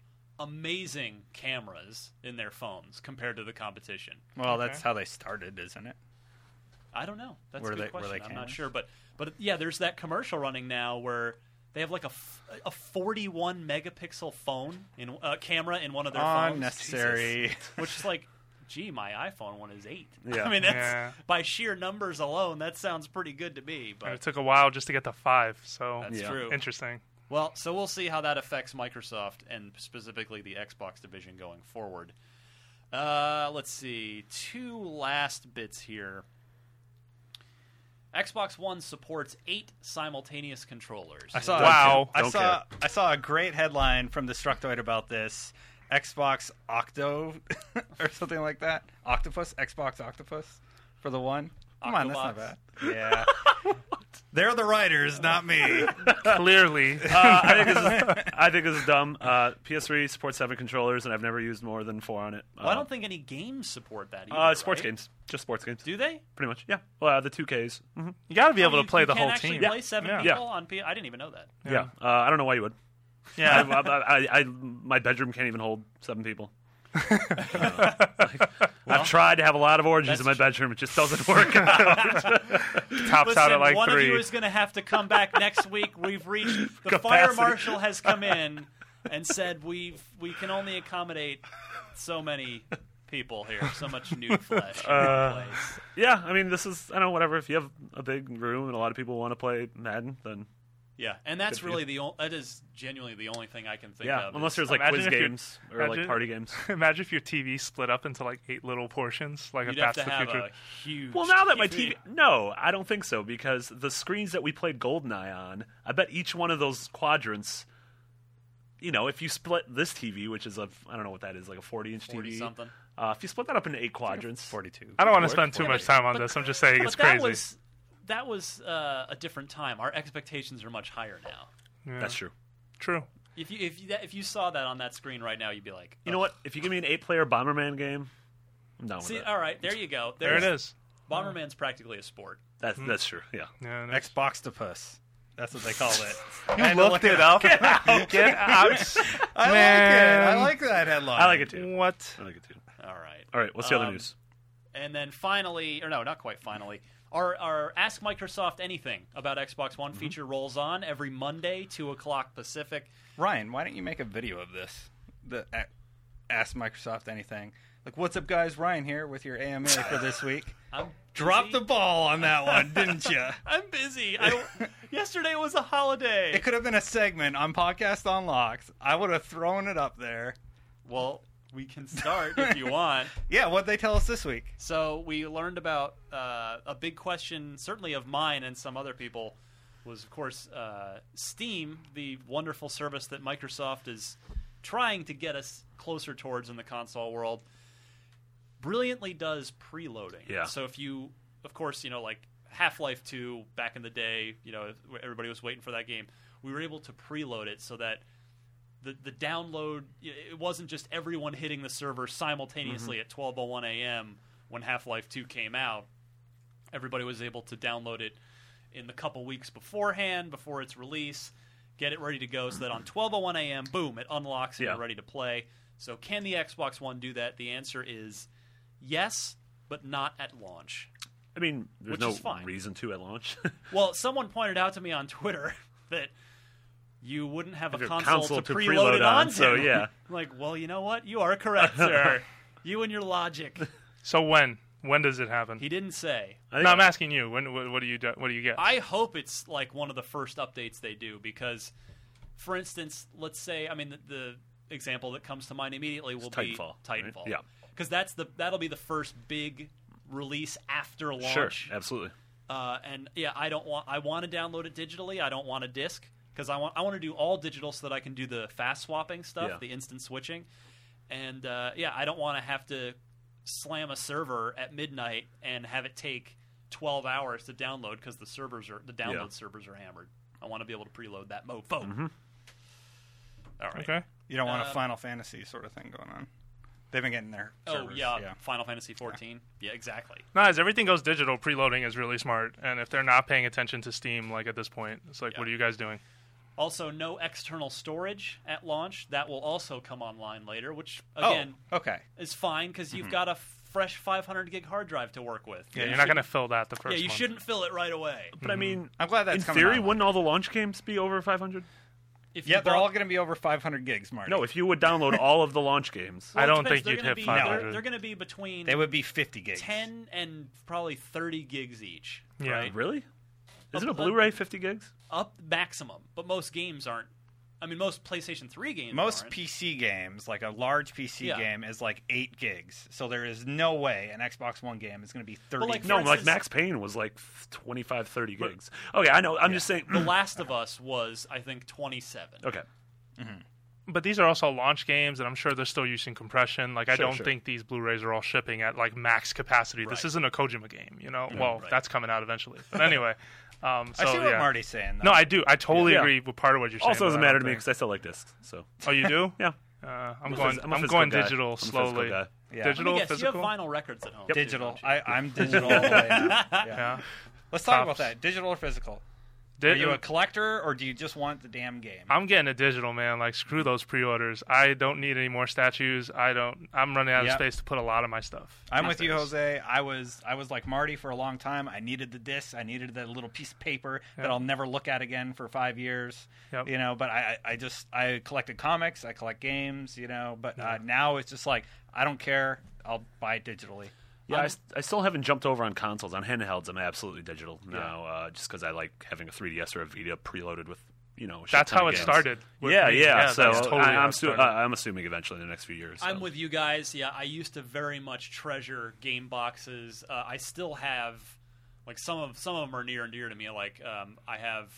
S3: amazing cameras in their phones compared to the competition.
S4: well, that's how they started, isn't it?
S3: I don't know. That's
S4: Were
S3: a good
S4: they- were
S3: question.
S4: they
S3: I'm not
S4: cameras?
S3: sure. But, but yeah, there's that commercial running now where they have like a, f- a 41 megapixel phone in uh, camera in one of their phones.
S4: Unnecessary.
S3: Jesus. Which is like, gee, my iPhone one is eight.
S5: Yeah.
S3: I mean, that's
S6: Yeah.
S3: by sheer numbers alone, that sounds pretty good to me. But
S6: And it took a while just to get to five. So
S3: That's Yeah. true.
S6: Interesting.
S3: Well, so we'll see how that affects Microsoft and specifically the Xbox division going forward. Uh, let's see. Two last bits here. Xbox One supports eight simultaneous controllers.
S4: I saw
S6: Wow.
S4: I
S5: Don't
S4: saw I saw a great headline from Destructoid about this. Xbox Octo or something like that. Octopus, Xbox Octopus for the one. Come on, that's not
S3: Octobox.
S4: bad. Yeah. They're the writers, not me.
S6: Clearly,
S5: Uh, I think this is I think this is dumb. Uh, PS3 supports seven controllers, and I've never used more than four on it.
S3: Well, I
S5: Uh,
S3: don't think any games support that either.
S5: uh, sports
S3: right?
S5: games, just sports games,
S3: Do they?
S5: pretty much. Yeah, well, uh, the two Ks.
S3: Mm-hmm.
S5: hmm
S6: you got to be able
S3: You-
S6: to play
S3: you
S6: the
S3: can
S6: whole
S3: actually
S6: team.
S3: Play seven
S6: yeah.
S3: people on P. I didn't even know that.
S5: Yeah, Uh, I don't know why you would. I,
S6: Yeah.
S5: I, I, I- my bedroom can't even hold seven people. I've tried to have a lot of orgies in my
S3: that's
S5: bedroom. It just doesn't work out.
S6: Tops
S3: Listen,
S6: out at like
S3: one
S6: three.
S3: of you is going to have to come back next week. We've reached the fire
S5: Capacity.
S3: marshal has come in and said we've we can only accommodate so many people here, so much new flesh. in place.
S5: yeah, I mean, this is I don't know whatever. If you have a big room and a lot of people want to play Madden, then
S3: Yeah, and that's
S5: for
S3: really the only, that is genuinely the only thing I can think
S5: yeah,
S3: of.
S5: unless
S3: is-
S5: there's like
S6: Imagine
S5: quiz
S6: if you're-
S5: games or like
S6: imagine-
S5: party games.
S6: Imagine if your TV split up into like eight little portions. Like
S3: you'd
S6: if
S3: have
S6: that's
S3: to
S6: the
S3: have
S6: future.
S3: a huge.
S5: Well, now that my TV, no, I don't think so because the screens that we played GoldenEye on, I bet each one of those quadrants, you know, if you split this TV, which is a I don't know what that is, like a forty-inch
S3: 40
S5: TV,
S3: something.
S5: Uh, if you split that up into eight quadrants,
S4: Forty two.
S6: I don't want to spend too
S3: Yeah,
S6: much
S3: but-
S6: time on
S3: but-
S6: this. I'm just saying
S3: but
S6: it's
S3: that
S6: crazy.
S3: was that was uh, a different time. Our expectations are much higher now.
S6: Yeah.
S5: that's true.
S6: True.
S3: If you if you, if you saw that on that screen right now, you'd be like,
S5: You know what? If you give me an eight-player Bomberman game, I'm done
S3: See,
S5: with it.
S3: all right, there you go.
S6: There it
S3: There's-
S6: is.
S3: Bomberman's practically a sport.
S5: That's that's true. Yeah.
S6: Yeah, no.
S4: Xboxtopus. That's what they called it.
S6: You looked it up. Get out.
S4: I like it.
S6: Man.
S4: I like that headline.
S5: I like it too.
S6: What?
S5: I like it too.
S3: All right.
S5: All right, what's the other
S3: Um,
S5: news?
S3: And then finally, or no, not quite finally, our, our Ask Microsoft Anything about Xbox
S4: Mm-hmm.
S3: One feature rolls on every Monday, 2 o'clock Pacific.
S4: Ryan, why don't you make a video of this? The a- ask Microsoft anything. Like, what's up, guys? Ryan here with your AMA for this week.
S3: I'm
S4: Drop
S3: busy.
S4: the ball on that one, didn't you?
S3: I'm busy. I, yesterday was a holiday.
S4: It could have been a segment on Podcast Unlocked. I would have thrown it up there.
S3: well, we can start if you want.
S4: Yeah, what they tell us this week?
S3: So we learned about uh, a big question, certainly of mine and some other people, was of course uh, Steam, the wonderful service that Microsoft is trying to get us closer towards in the console world. Brilliantly does preloading.
S5: Yeah.
S3: So if you, of course, you know like Half Life Two back in the day, you know everybody was waiting for that game. We were able to preload it so that the the download it wasn't just oh everyone hitting the server simultaneously at 12:01 a.m. when Half-Life 2 came out. everybody was able to download it in the couple weeks beforehand, before its release, get it ready to go, so that on 12:01 a.m., boom, it unlocks and
S5: Yeah.
S3: you're ready to play. So, can the Xbox One do that? The answer is yes, but not at launch.
S5: I mean, there's
S3: Which
S5: no
S3: is fine.
S5: reason to at launch.
S3: Well, someone pointed out to me on Twitter that you wouldn't have a
S5: Your
S3: console,
S5: console
S3: to,
S5: to
S3: preload,
S5: preload
S3: it
S5: on,
S3: onto.
S5: so yeah.
S3: I'm like, well, you know what? You are correct, sir. you and your logic.
S6: So when? When does it happen?
S3: He didn't say.
S5: I think-
S6: no, I'm asking you. When? What, what do you? do- What do you get?
S3: I hope it's like one of the first updates they do because, for instance, let's say I mean the, the example that comes to mind immediately will be
S5: Titanfall, right?
S3: Titanfall.
S5: Yeah.
S3: because that's the that'll be the first big release after launch.
S5: sure, absolutely.
S3: Uh, and yeah, I don't want. I want to download it digitally. I don't want a disc because I want. I want to do all digital so that I can do the fast swapping stuff,
S5: Yeah.
S3: the instant switching, and uh, yeah, I don't want to have to slam a server at midnight and have it take twelve hours to download because the servers are the download
S5: Yeah.
S3: servers are hammered. I want to be able to preload that mofo. All right.
S6: okay.
S4: You don't want
S3: Uh,
S4: a Final Fantasy sort of thing going on. They've been getting there.
S3: Oh yeah, Final Fantasy fourteen. Yeah, exactly.
S6: No, as everything goes digital, preloading is really smart. And if they're not paying attention to Steam, like at this point, it's like, what are you guys doing?
S3: Also, no external storage at launch. That will also come online later, which again,
S4: oh, okay.
S3: is fine because you've got a fresh 500 gig hard drive to work with.
S6: Yeah, you're not going to fill that the first.
S3: Yeah, you
S6: month.
S3: shouldn't fill it right away.
S5: But I mean,
S4: I'm glad that's
S5: in
S4: coming
S5: theory,
S4: out.
S5: wouldn't all the launch games be over 500?
S3: If
S4: Yeah,
S3: you
S4: they're
S3: bought-
S4: all going to be over 500 gigs, Marty.
S5: No, if you would download all of the launch games,
S3: Well, it
S6: I don't
S3: depends.
S6: think
S3: They're
S6: you'd
S3: gonna
S6: hit
S3: be-
S6: 500.
S3: They're, going to be between
S4: they would be 50 gigs.
S3: 10 and probably 30 gigs each.
S6: Yeah.
S3: Right?
S5: really? Is it a
S3: Uh,
S5: Blu-ray 50 gigs?
S3: Up maximum, but most games aren't. I mean, most PlayStation 3 games.
S4: Most
S3: aren't.
S4: PC games, like a large PC
S3: Yeah.
S4: game, is like 8 gigs. So there is no way an Xbox One game is going to be 30.
S3: like,
S5: No,
S3: For
S5: like
S3: instance-
S5: Max Payne was like 25, 30 gigs. Okay, I know. I'm just saying.
S3: The Last of Us was, I think, 27.
S5: okay,
S6: But these are also launch games, and I'm sure they're still using compression. Like, I
S5: Sure,
S6: don't
S5: sure.
S6: think these Blu-rays are all shipping at like max capacity.
S3: Right.
S6: This isn't a Kojima game, you
S5: Mm,
S6: know. well, that's coming out eventually. But anyway, um, so
S4: I see what
S6: yeah.
S4: Marty's saying. Though.
S6: No, I do. I totally
S5: Yeah.
S6: agree with part of what you're saying.
S5: also doesn't
S6: but I
S5: matter to
S6: don't
S5: me because
S6: think-
S5: I still like discs. So
S6: Oh, you do?
S5: yeah,
S6: Uh, I'm
S5: a
S6: going.
S5: phys- I'm
S6: I'm,
S5: a physical
S6: going
S5: guy.
S6: digital
S5: I'm a physical
S6: slowly.
S5: guy.
S4: Yeah.
S3: Let me
S6: Digital,
S3: guess,
S6: physical.
S3: You have vinyl records at home. too,
S4: digital.
S3: don't you?
S4: I, I'm digital all the way now. Yeah.
S6: yeah.
S4: Let's talk
S6: Tops. uh,
S4: about that. Digital or physical?
S6: Di-
S4: Are you a collector or do you just want the damn game?
S6: I'm getting a digital man. Like screw those pre-orders. I don't need any more statues. I don't. I'm running out of
S4: Yep.
S6: space to put a lot of my stuff.
S4: I'm
S6: these
S4: with you,
S6: days.
S4: Jose. I was I was like Marty for a long time. I needed the disc. I needed that little piece of paper that I'll never look at again for five years.
S6: Yep.
S4: You know, but I I I just I collected comics. I collect games. You know, but uh, now it's just like I don't care. I'll buy it digitally.
S5: yeah. I, s- I still haven't jumped over on consoles. On handhelds, I'm absolutely digital now, uh, just because I like having a 3DS or a Vita preloaded with you know. a shit
S6: That's
S5: ton
S6: how
S5: of
S6: it
S5: games.
S6: started. with
S5: Yeah,
S6: me.
S5: yeah.
S6: yeah
S5: so
S6: that's totally
S5: I,
S6: how
S5: I'm,
S6: it
S5: stu-
S6: started.
S5: I- I'm assuming eventually in the next few years.
S3: I'm
S5: so.
S3: with you guys. Yeah, I used to very much treasure game boxes. Uh, I still have like some of some of them are near and dear to me. Like um, I have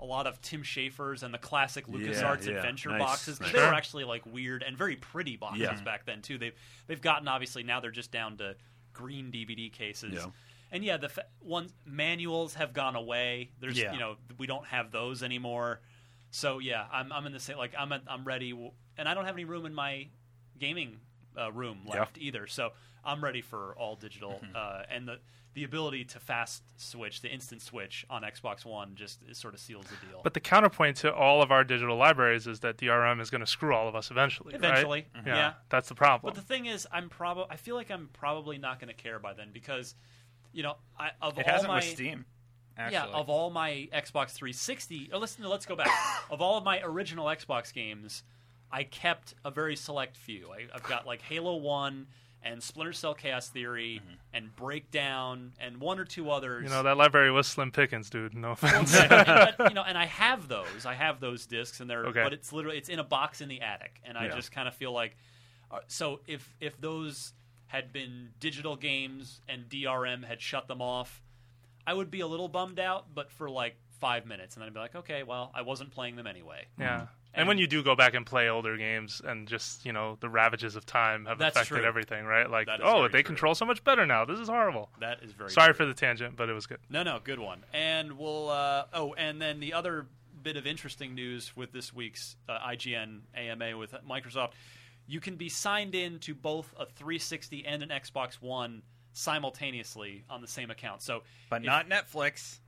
S3: a lot of Tim Schafer's and the classic LucasArts
S5: yeah.
S3: adventure
S5: Nice,
S3: boxes. 'cause
S5: nice.
S3: They were
S5: Sure.
S3: actually like weird and very pretty boxes
S5: Yeah.
S3: back then too. They've they've gotten obviously now they're just down to green DVD cases.
S5: Yeah.
S3: And yeah, the fa- ones manuals have gone away. There's
S4: Yeah.
S3: you know we don't have those anymore. So yeah, I'm I'm in the same like I'm at, I'm ready, w- and I don't have any room in my gaming uh, room left either. So I'm ready for all digital,
S4: Mm-hmm.
S3: uh, and the the ability to fast switch, the instant switch on Xbox One just it sort of seals the deal.
S6: But the counterpoint to all of our digital libraries is that DRM is going to screw all of us eventually. right?
S3: Eventually, Mm-hmm.
S6: Yeah,
S3: yeah.
S6: That's the problem.
S3: But the thing is, I'm probably I feel like I'm probably not going to care by then because, you know, I, of
S4: It
S3: all
S4: hasn't
S3: my
S4: with Steam. Actually.
S3: Yeah, of all my Xbox 360, or listen, let's go back. of all of my original Xbox games, I kept a very select few. I, I've got like Halo One and Splinter Cell Chaos Theory and Breakdown and one or two others.
S6: you know that library was slim pickings, dude. No offense.
S3: and, but, you know, and I have those. I have those discs, and they're
S6: Okay.
S3: but it's literally it's in a box in the attic, and I
S5: Yeah.
S3: just kind of feel like uh, so if if those had been digital games and DRM had shut them off, I would be a little bummed out, but for like five minutes, and then I'd be like, okay, well, I wasn't playing them anyway.
S6: yeah. And when you do go back and play older games, and just you know the ravages of time have
S3: That's
S6: affected
S3: true.
S6: everything, right? Like,
S3: That is
S6: oh,
S3: very
S6: they
S3: true.
S6: control so much better now. This is horrible.
S3: That is very
S6: Sorry
S3: true.
S6: for the tangent, but it was good.
S3: No, no, good one. And we'll. Uh, oh, and then the other bit of interesting news with this week's uh, IGN AMA with Microsoft, you can be signed in to both a 360 and an Xbox One simultaneously on the same account. So,
S4: but
S3: if-
S4: not Netflix.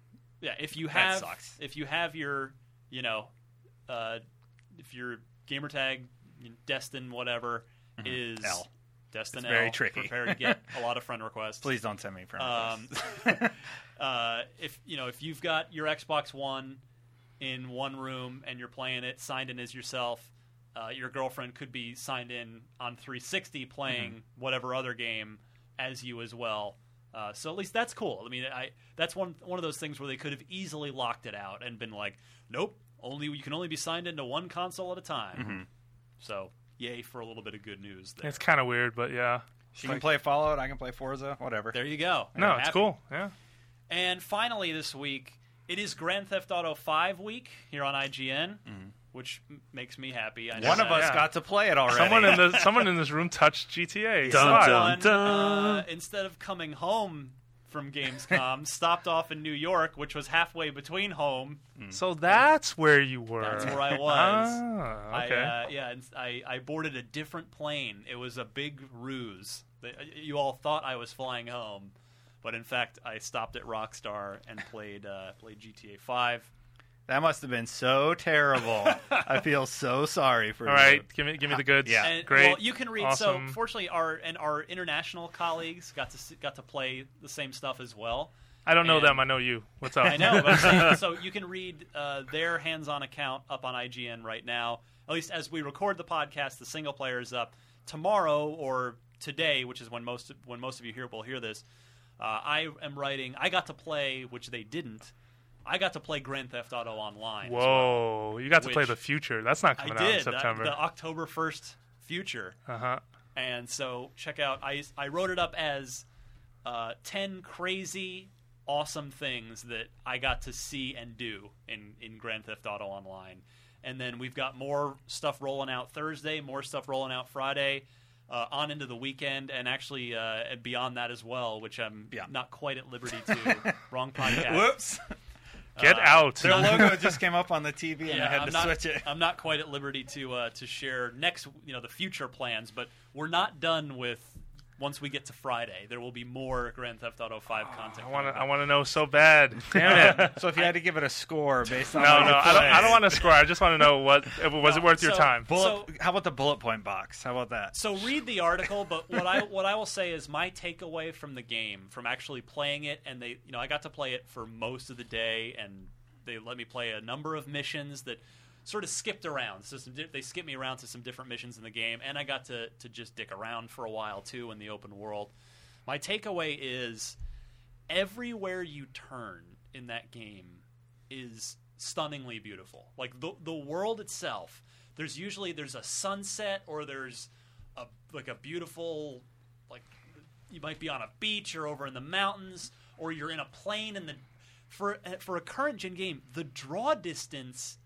S3: yeah, if you
S4: That
S3: have
S4: sucks.
S3: if you have your you know uh, if your gamertag Destin whatever is
S4: Mm-hmm. L.
S3: Destin
S4: It's very
S3: L,
S4: tricky.
S3: Prepare to get a lot of friend requests.
S4: Please don't send me from.
S3: Um,
S4: Netflix.
S3: uh, if you know if you've got your Xbox One in one room and you're playing it signed in as yourself, uh, your girlfriend could be signed in on 360 playing
S6: Mm-hmm.
S3: whatever other game as you as well. Uh, so at least that's cool. I mean, I that's one one of those things where they could have easily locked it out and been like, nope, only you can only be signed into one console at a time.
S6: Mm-hmm.
S3: So yay for a little bit of good news there.
S6: It's kind of weird, but yeah.
S4: she can play Fallout. I can play Forza. Whatever.
S3: there you go.
S6: No, it's
S3: Happy.
S6: cool. Yeah.
S3: And finally, this week it is Grand Theft Auto Five week here on IGN, which m- makes me happy. I know
S4: Mm-hmm. One of
S3: that.
S4: us
S6: Yeah.
S4: got to play it already.
S6: Someone in the someone in this room touched GTA.
S5: Dun, dun.
S6: Fuck.
S3: One, uh, instead of coming home from Gamescom, stopped off in New York, which was halfway between home.
S6: So that's where you were.
S3: That's where
S4: Oh,
S3: I was.
S6: Ah, okay.
S3: I, uh, yeah, and s- I, I boarded a different plane. It was a big ruse. They- You all thought I was flying home, but in fact, I stopped at Rockstar and played uh, played GTA Five.
S4: That must have been so terrible. I feel so sorry for. Uh,
S6: All right, give me give me the goods.
S4: Yeah.
S3: And,
S6: Uh, great.
S3: Well, you can read.
S6: Awesome.
S3: So, fortunately, our and our international colleagues got to s- got to play the same stuff as well.
S6: I don't know
S3: and-
S6: them. I know you. What's up?
S3: I know. but I'm saying- so you can read uh, their hands-on account up on IGN right now. At least as we record the podcast, the single player is up tomorrow or today, which is when most when most of you here will hear this. Uh, I am writing. I got to play, which they didn't. I got to play Grand Theft Auto Online. as well.
S6: Whoa, you got to play
S3: Which-
S6: the future. That's not
S3: I
S6: coming out in
S3: did that-
S6: September.
S3: the October first future.
S6: Uh huh.
S3: And so check out I I wrote it up as uh, ten crazy awesome things that I got to see and do in in Grand Theft Auto Online. And then we've got more stuff rolling out Thursday, more stuff rolling out Friday, uh, on into the weekend, and actually uh, beyond that as well, which I'm
S4: Yeah.
S3: not quite at liberty to. Wrong podcast.
S4: Whoops.
S6: Get out.
S4: Their logo just came up on the TV, and I had
S3: I'm
S4: to
S3: not,
S4: switch it.
S3: I'm not quite at liberty to uh, to share next, you know, the future plans, but we're not done with. Once we get to Friday, there will be more Grand Theft Auto Five content.
S6: I want to.
S3: coming
S6: I want to know so bad. Damn it.
S4: So if you had to give it a score based on
S6: No, no,
S4: how you
S6: I don't. I
S4: played-
S6: don't want to score. I just want to know what was it
S3: No,
S6: worth your
S3: so-
S6: time.
S4: Bullet,
S3: So-
S4: how about the bullet point box? How about that?
S3: So read the article, but what I what I will say is my takeaway from the game, from actually playing it, and they you know I got to play it for most of the day, and they let me play a number of missions that sort of skipped around. So some, di- they skipped me around to some different missions in the game, and I got to to just dick around for a while too in the open world. My takeaway is everywhere you turn in that game is stunningly beautiful. Like the the world itself, there's usually there's a sunset or there's a like a beautiful like you might be on a beach or over in the mountains or you're in a plane and the for for a current gen game, the draw distance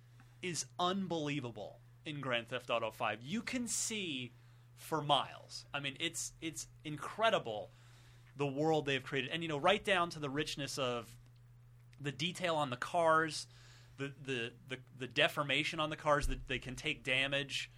S3: is unbelievable in Grand Theft Auto 5. You can see for miles. I mean, it's it's incredible the world they've created, and you know, right down to the richness of the detail on the cars, the the the, the deformation on the cars that they can take damage.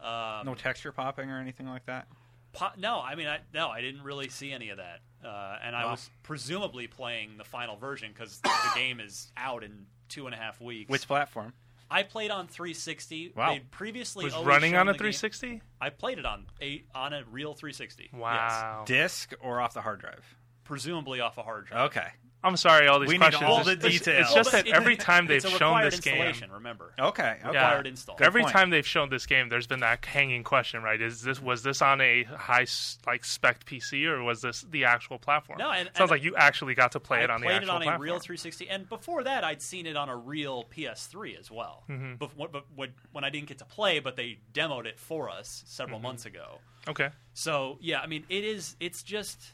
S3: Um,
S4: No texture popping or anything like that.
S3: po- no, I mean, I, no, I didn't really see any of that, uh, and I
S4: Wow.
S3: was presumably playing the final version because the game is out in two and a half weeks.
S4: Which platform?
S3: I played on 360.
S4: Wow.
S3: They'd previously
S6: was
S3: always
S6: running
S3: shown
S6: on a
S3: the game-
S6: 360?
S3: I played it on a on a real 360. yes.
S6: Wow.
S4: Disc or off the hard drive?
S3: presumably off a hard drive.
S4: Okay.
S6: I'm sorry. All these
S4: We need
S6: questions.
S4: all
S6: it's-
S4: the
S6: it's-
S4: details.
S6: It's just
S3: Well,
S6: that
S3: but it-
S6: every time they've
S3: it's a
S6: shown
S3: required
S6: this game,
S3: installation, Remember,
S4: Okay. okay.
S6: Yeah.
S3: required install.
S6: every
S4: point.
S6: time they've shown this game, there's been that hanging question, right? Is this was this on a high s- like spec PC or was this the actual platform?
S3: No, and-
S6: sounds
S3: and-
S6: like you actually got to play it
S3: I
S6: on the
S3: played
S6: actual
S3: it on a
S6: platform.
S3: real 360, and before that, I'd seen it on a real PS3 as well.
S6: Mm-hmm.
S3: But, what, but when, when I didn't get to play, but they demoed it for us
S6: Mm-hmm.
S3: several months ago.
S6: okay.
S3: So yeah, I mean, it is. It's just,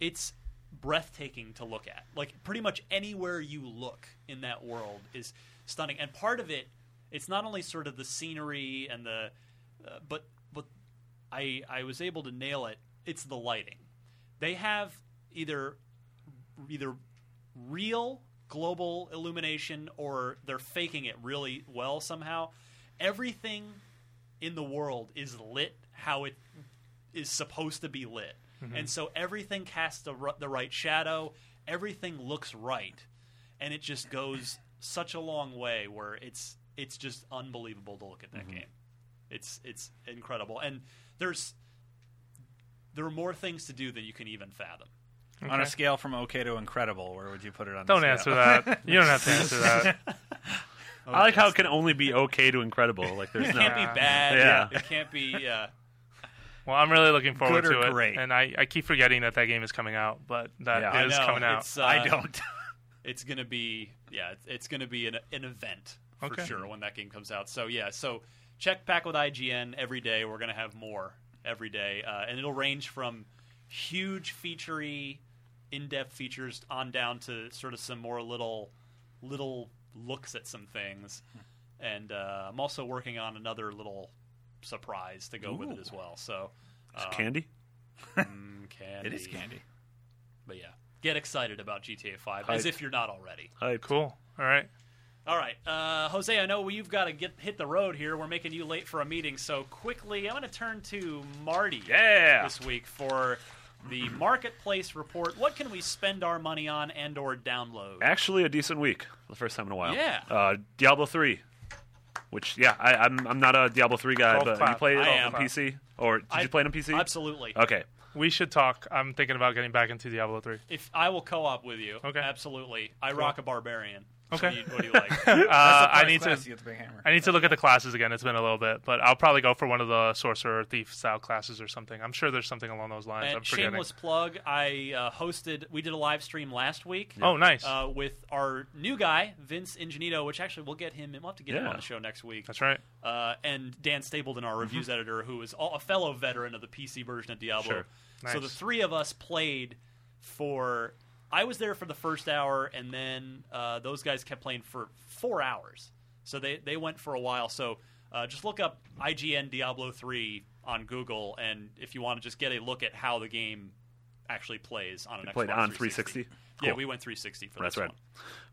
S3: it's breathtaking to look at. Like pretty much anywhere you look in that world is stunning. And part of it, it's not only sort of the scenery and the, uh, but but I I was able to nail it. It's the lighting. They have either either real global illumination or they're faking it really well somehow. Everything in the world is lit how it is supposed to be lit. and so everything casts the, ri- the right shadow. Everything looks right, and it just goes such a long way where it's it's just unbelievable to look at that game. It's it's incredible, and there's there are more things to do than you can even fathom.
S4: On a scale from okay to incredible, where would you put it on? the
S6: Don't
S4: scale?
S6: answer that. You don't have to answer that. Oh,
S5: I like how it can only be okay to incredible. Like there's
S3: It can't
S5: no.
S3: be bad.
S5: Yeah.
S3: It can't be. Uh,
S6: Well, I'm really looking forward
S4: Good or
S6: to it,
S4: great?
S6: and I, I keep forgetting that that game is coming out, but that is
S5: Yeah.
S3: I know,
S6: coming out.
S3: It's, uh,
S4: I don't.
S3: It's gonna be yeah. It's, it's gonna be an an event for
S6: Okay.
S3: sure when that game comes out. So yeah. So check back with IGN every day. We're gonna have more every day, uh, and it'll range from huge featurey, in-depth features on down to sort of some more little little looks at some things.
S4: Hmm.
S3: And uh, I'm also working on another little surprise to go with it as well. So
S5: Candy?
S3: mm,
S4: Hmm. It is candy.
S3: But yeah, get excited about GTA 5 as
S5: Hyped.
S3: if you're not already.
S5: Hyped.
S6: Uh, Cool. All right.
S3: All right, uh, Jose, I know you've got to get hit the road here. We're making you late for a meeting, so quickly, I'm going to turn to Marty
S5: Yeah.
S3: this week for the marketplace report. What can we spend our money on and/or download?
S5: Actually, a decent week. The first time in a while.
S3: Yeah.
S5: Uh, Diablo three, which yeah, I, I'm I'm not a Diablo three guy,
S6: Golf
S5: but
S6: clap.
S5: you played
S3: I
S5: it
S3: am.
S5: on PC or did
S3: I-
S5: you play it on PC?
S3: Absolutely.
S5: Okay.
S6: We should talk. I'm thinking about getting back into Diablo 3.
S3: If I will co-op with you,
S6: Okay.
S3: absolutely. I rock a barbarian.
S6: Okay.
S3: What do you, what do you like?
S6: Uh, I
S4: First
S6: need to
S4: class, You get the big hammer.
S6: I need to look at the classes again. It's been a little bit, but I'll probably go for one of the sorcerer or thief style classes or something. I'm sure there's something along those lines. I'm
S3: and
S6: forgetting.
S3: shameless plug: I uh, hosted. We did a live stream last week.
S6: Oh, nice.
S3: uh, with our new guy Vince Ingenito, which actually we'll get him. We'll have to get him
S5: Yeah.
S3: on the show next week.
S6: That's right.
S3: Uh, and Dan Stapleton, our reviews
S6: Mm-hmm.
S3: editor, who is all, a fellow veteran of the PC version of Diablo.
S5: Sure.
S6: Nice.
S3: So the three of us played for. I was there for the first hour, and then uh, those guys kept playing for four hours. So they they went for a while. So. Uh, just look up IGN Diablo 3 on Google, and if you want to just get a look at how the game actually plays on an
S5: played
S3: Xbox
S5: on
S3: 360.
S5: 360?
S3: Yeah,
S5: Cool.
S3: we went 360 for
S5: That's
S3: this
S5: right.
S3: one.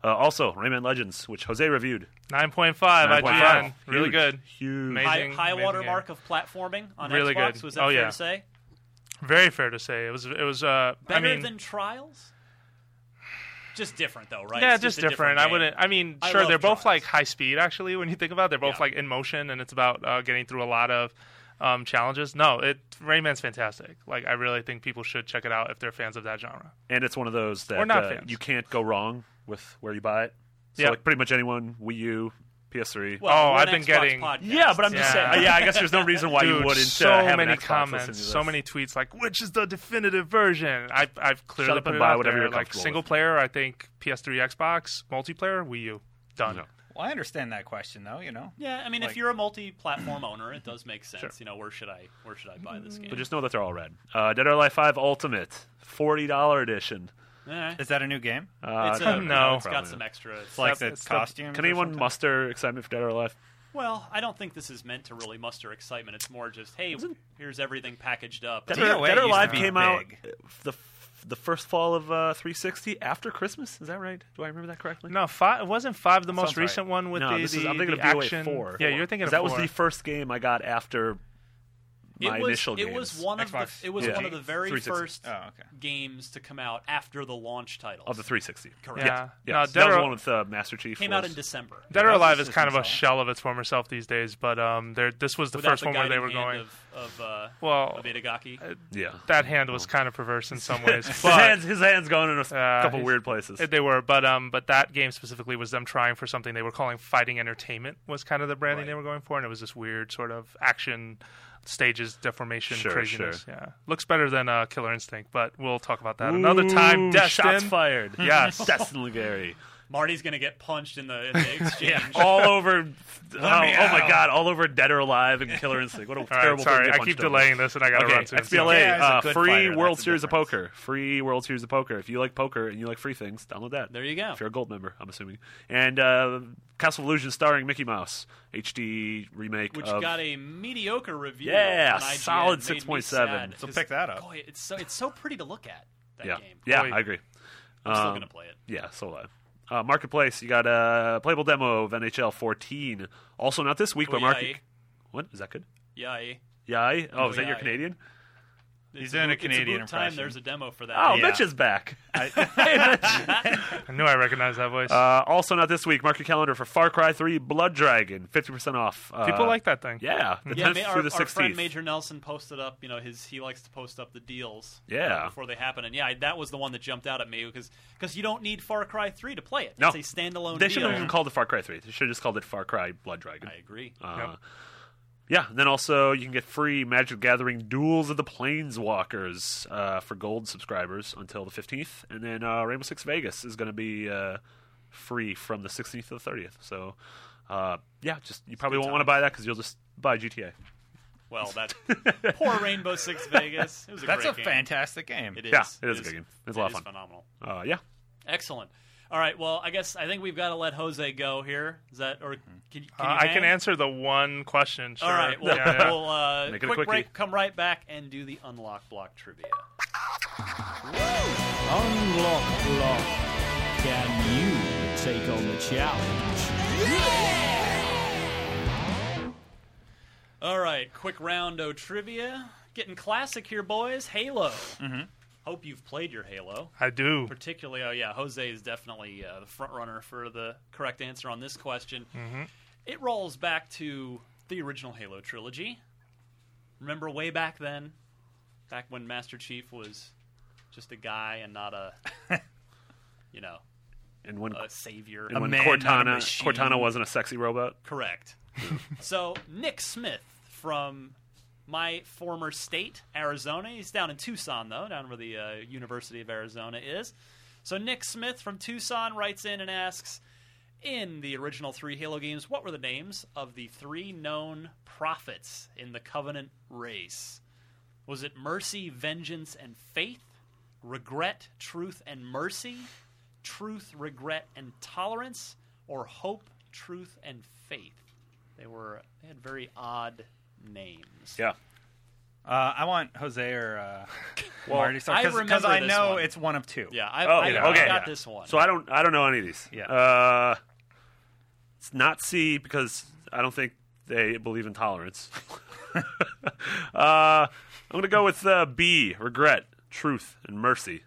S5: Uh, also, Rayman Legends, which Jose reviewed.
S6: 9.5
S5: 9.5.
S6: IGN. Really
S5: Huge.
S6: good.
S5: Huge.
S6: Amazing.
S3: high, high
S6: amazing
S3: water
S6: game.
S3: mark of platforming on
S6: Really
S3: Xbox.
S6: good.
S3: Was that
S6: Oh,
S3: fair
S6: yeah.
S3: to say?
S6: Very fair to say. It was it was uh
S3: Better
S6: I mean
S3: than Trials. Just different though, right?
S6: Yeah,
S3: It's
S6: just,
S3: a
S6: different. I
S3: game.
S6: wouldn't. I mean,
S3: I
S6: sure,
S3: love
S6: they're both
S3: drawings.
S6: like high speed. Actually, when you think about, it. they're both
S3: Yeah.
S6: like in motion, and it's about uh, getting through a lot of um, challenges. No, it Rayman's fantastic. Like, I really think people should check it out if they're fans of that genre.
S5: and it's one of those that
S6: We're not
S5: uh,
S6: fans.
S5: you can't go wrong with where you buy it. So
S6: Yeah.
S5: like pretty much anyone, Wii U, PS3.
S3: Well,
S6: Oh,
S3: we're
S6: I've
S3: an
S6: been
S3: Xbox
S6: getting-
S3: podcast.
S5: yeah, but I'm just
S6: Yeah.
S5: saying. uh, yeah, I guess there's no reason why
S6: Dude,
S5: you wouldn't.
S6: so
S5: uh, have an
S6: many
S5: Xbox listening
S6: comments,
S5: to
S6: so
S5: this.
S6: many tweets. Like, which is the definitive version? I, I've clearly
S5: Shut up
S6: put
S5: and
S6: it
S5: buy
S6: out
S5: whatever
S6: there.
S5: you're
S6: like
S5: comfortable with.
S6: single player. I think PS3, Xbox, multiplayer, Wii U. Done.
S5: No.
S4: Well, I understand that question though. You know,
S3: Yeah, I mean, if
S4: Like-
S3: you're a multi-platform owner, it does make sense. You know, where should I where should I buy this game?
S5: But just know that they're all red. Uh, Dead or Alive 5 Ultimate, forty dollar edition.
S3: All right.
S4: is that a new game?
S5: Uh,
S3: it's Eh, a,
S6: no,
S3: you know, it's
S5: probably
S3: got some
S5: not.
S3: extra. It's
S4: Like
S6: Stop-
S4: the
S6: stop.
S4: costume?
S5: Can anyone muster excitement for Dead or Alive?
S3: well, I don't think this is meant to really muster excitement. It's more just, hey, here's everything packaged up.
S5: Dead,
S4: DOA
S5: or- Dead
S4: used
S5: or
S4: to
S5: Alive
S4: be
S5: came out
S4: big.
S5: uh, the f- the first fall of uh, 360 after Christmas. Is that right? Do I remember that correctly?
S6: No, five wasn't five the most
S5: Sounds right.
S6: recent one with
S5: no,
S6: the,
S5: this
S6: the,
S5: is, I'm thinking
S6: the
S5: of BOA
S6: action.
S5: four.
S6: Yeah, you're thinking of
S5: that was
S6: four.
S5: the first game I got after
S3: it
S5: my
S3: was,
S5: initial
S3: It
S5: games.
S3: was one of the
S4: Xbox.
S3: it was
S5: Yeah.
S3: one of the very
S5: 360.
S3: first
S4: Oh, okay.
S3: games to come out after the launch titles
S5: of the 360.
S3: Correct.
S6: Yeah.
S5: Yeah,
S6: No,
S5: so
S6: Dead
S5: that was
S6: or-
S5: the one with uh, Master Chief.
S3: Came
S5: was,
S3: out in December.
S6: Dead or
S4: That's
S6: Alive
S4: the
S6: is kind of a
S4: system solid.
S6: shell of its former self these days, but um, there this was the
S3: Without
S6: first
S3: the
S6: one where they
S3: guiding
S6: were
S3: hand
S6: going.
S3: of, of uh,
S6: Well,
S3: of Itagaki.
S5: Yeah.
S6: that hand was kind of perverse in some ways,
S5: his,
S6: but
S5: Oh. hands, his hands going in a s-
S6: Uh,
S5: couple
S6: he's-
S5: weird places.
S6: they were. But um, but that game specifically was them trying for something they were calling fighting entertainment was kind of the branding they were going for, and it was this weird sort of action stages deformation
S5: Sure,
S6: craziness.
S5: sure.
S6: Yeah, looks better than uh, Killer Instinct, but we'll talk about that another time.
S5: Ooh,
S6: Destin.
S5: Shots fired.
S6: Yes.
S5: Destin Legary.
S3: Marty's gonna get punched in the, in the exchange.
S5: All over. oh,
S4: me
S5: oh my
S4: out.
S5: God! All over Dead or Alive and Killer Instinct. What a
S6: All right,
S5: terrible
S6: sorry,
S5: thing to
S6: I
S5: get
S6: keep
S5: punched over.
S6: delaying this, and I got to
S5: Okay,
S6: run soon. so-
S5: XBLA,
S4: Yeah, he's a
S5: uh,
S4: good
S5: free
S4: fighter, that's
S5: World
S4: the
S5: Series of
S4: difference.
S5: Poker. Free World Series of Poker. If you like poker and you like free things, download that.
S3: There you go.
S5: If you're a gold member, I'm assuming. And uh, Castle of Illusion starring Mickey Mouse, HD remake
S3: which
S5: of
S3: got a mediocre review.
S5: Yeah,
S3: on IGN.
S5: solid
S3: Made me
S5: 6.7.
S3: sad,
S4: So
S3: 'cause,
S4: pick that up.
S3: boy, it's so it's so pretty to look at. That
S5: yeah,
S3: game.
S5: yeah,
S6: Boy.
S5: I agree.
S3: I'm still
S5: Um,
S3: gonna play it.
S5: Yeah, so live. Uh, marketplace, you got a playable demo of NHL 14. Also, not this week,
S3: Oh,
S5: but
S3: yay.
S5: market. What is that good?
S3: Yeah, eh?
S5: Yay! Oh, is that
S3: yeah,
S5: your
S3: yeah.
S5: Canadian?
S4: He's in a
S3: it's
S4: Canadian
S3: about time
S4: impression.
S3: there's a demo for that.
S5: Oh,
S4: Yeah.
S5: Mitch is back.
S4: I,
S5: hey, Mitch.
S6: I knew I recognized that voice.
S5: Uh, also, not this week. Mark your calendar for Far Cry 3 Blood Dragon, 50% off. Uh,
S6: People like that thing.
S5: Yeah, the
S3: Yeah,
S5: 10th
S3: ma- our,
S5: through the 16th.
S3: our friend Major Nelson posted up. You know, his he likes to post up the deals. uh,
S5: Yeah.
S3: before they happen, and yeah, I- that was the one that jumped out at me because because you don't need Far Cry three to play it.
S5: No.
S3: It's a standalone.
S5: they
S3: deal.
S5: shouldn't have even called it Far Cry 3. They should have just called it Far Cry Blood Dragon.
S3: I agree.
S5: Uh, Yeah, and then also you can get free Magic the Gathering Duels of the Planeswalkers uh, for gold subscribers until the 15th. And then uh, Rainbow Six Vegas is going to be uh, free from the 16th to the 30th. So, uh, yeah, just you probably won't want to buy that because you'll just buy GTA.
S3: Well, that poor Rainbow Six Vegas. It was a
S4: that's a
S3: great game.
S4: fantastic game.
S3: It is.
S5: Yeah, it is a good game. It's a
S3: it
S5: lot of
S3: is
S5: fun.
S3: phenomenal.
S5: Uh, yeah.
S3: Excellent. All right. Well, I guess I think we've got to let Jose go here. Is that or can, can you?
S6: Uh, I
S3: hang?
S6: can answer the one question. Sure.
S3: All right. Well,
S6: Yeah, yeah.
S3: we'll uh,
S5: Make it a
S3: quick
S5: quickie.
S3: break. Come right back and do the unlock block trivia.
S7: Unlock Block. Can you take on the challenge?
S3: All right. Quick round o trivia. Getting classic here, boys. Halo. Mm-hmm. Hope you've played your Halo.
S6: I do.
S3: particularly oh yeah jose is definitely uh, the front runner for the correct answer on this question it rolls back to the original halo trilogy remember way back then back when master chief was just a guy and not a you know
S5: And when,
S3: a savior
S5: and when
S4: man, not Uh, a
S5: Cortana,
S4: machine.
S5: Cortana wasn't a sexy robot.
S3: correct so nick smith from my former state arizona he's down in tucson though down where the uh, university of arizona is So Nick Smith from Tucson writes in and asks, in the original three Halo games, what were the names of the three known prophets in the Covenant race? Was it mercy, vengeance, and faith? Regret, truth, and mercy? Truth, regret, and tolerance? Or hope, truth, and faith? They were they had very odd names.
S5: Yeah.
S4: Uh, I want Jose or uh, Marty
S3: I
S4: because
S3: remember
S4: I
S3: this
S4: know
S3: one.
S4: it's one of two.
S3: Yeah, I,
S5: Oh,
S3: I,
S5: yeah,
S3: I
S5: okay.
S3: got
S5: Yeah.
S3: this one.
S5: So I don't I don't know any of these.
S4: Yeah.
S5: Uh, it's not C because I don't think they believe in tolerance. uh, I'm gonna go with uh, B. Regret, truth, and mercy.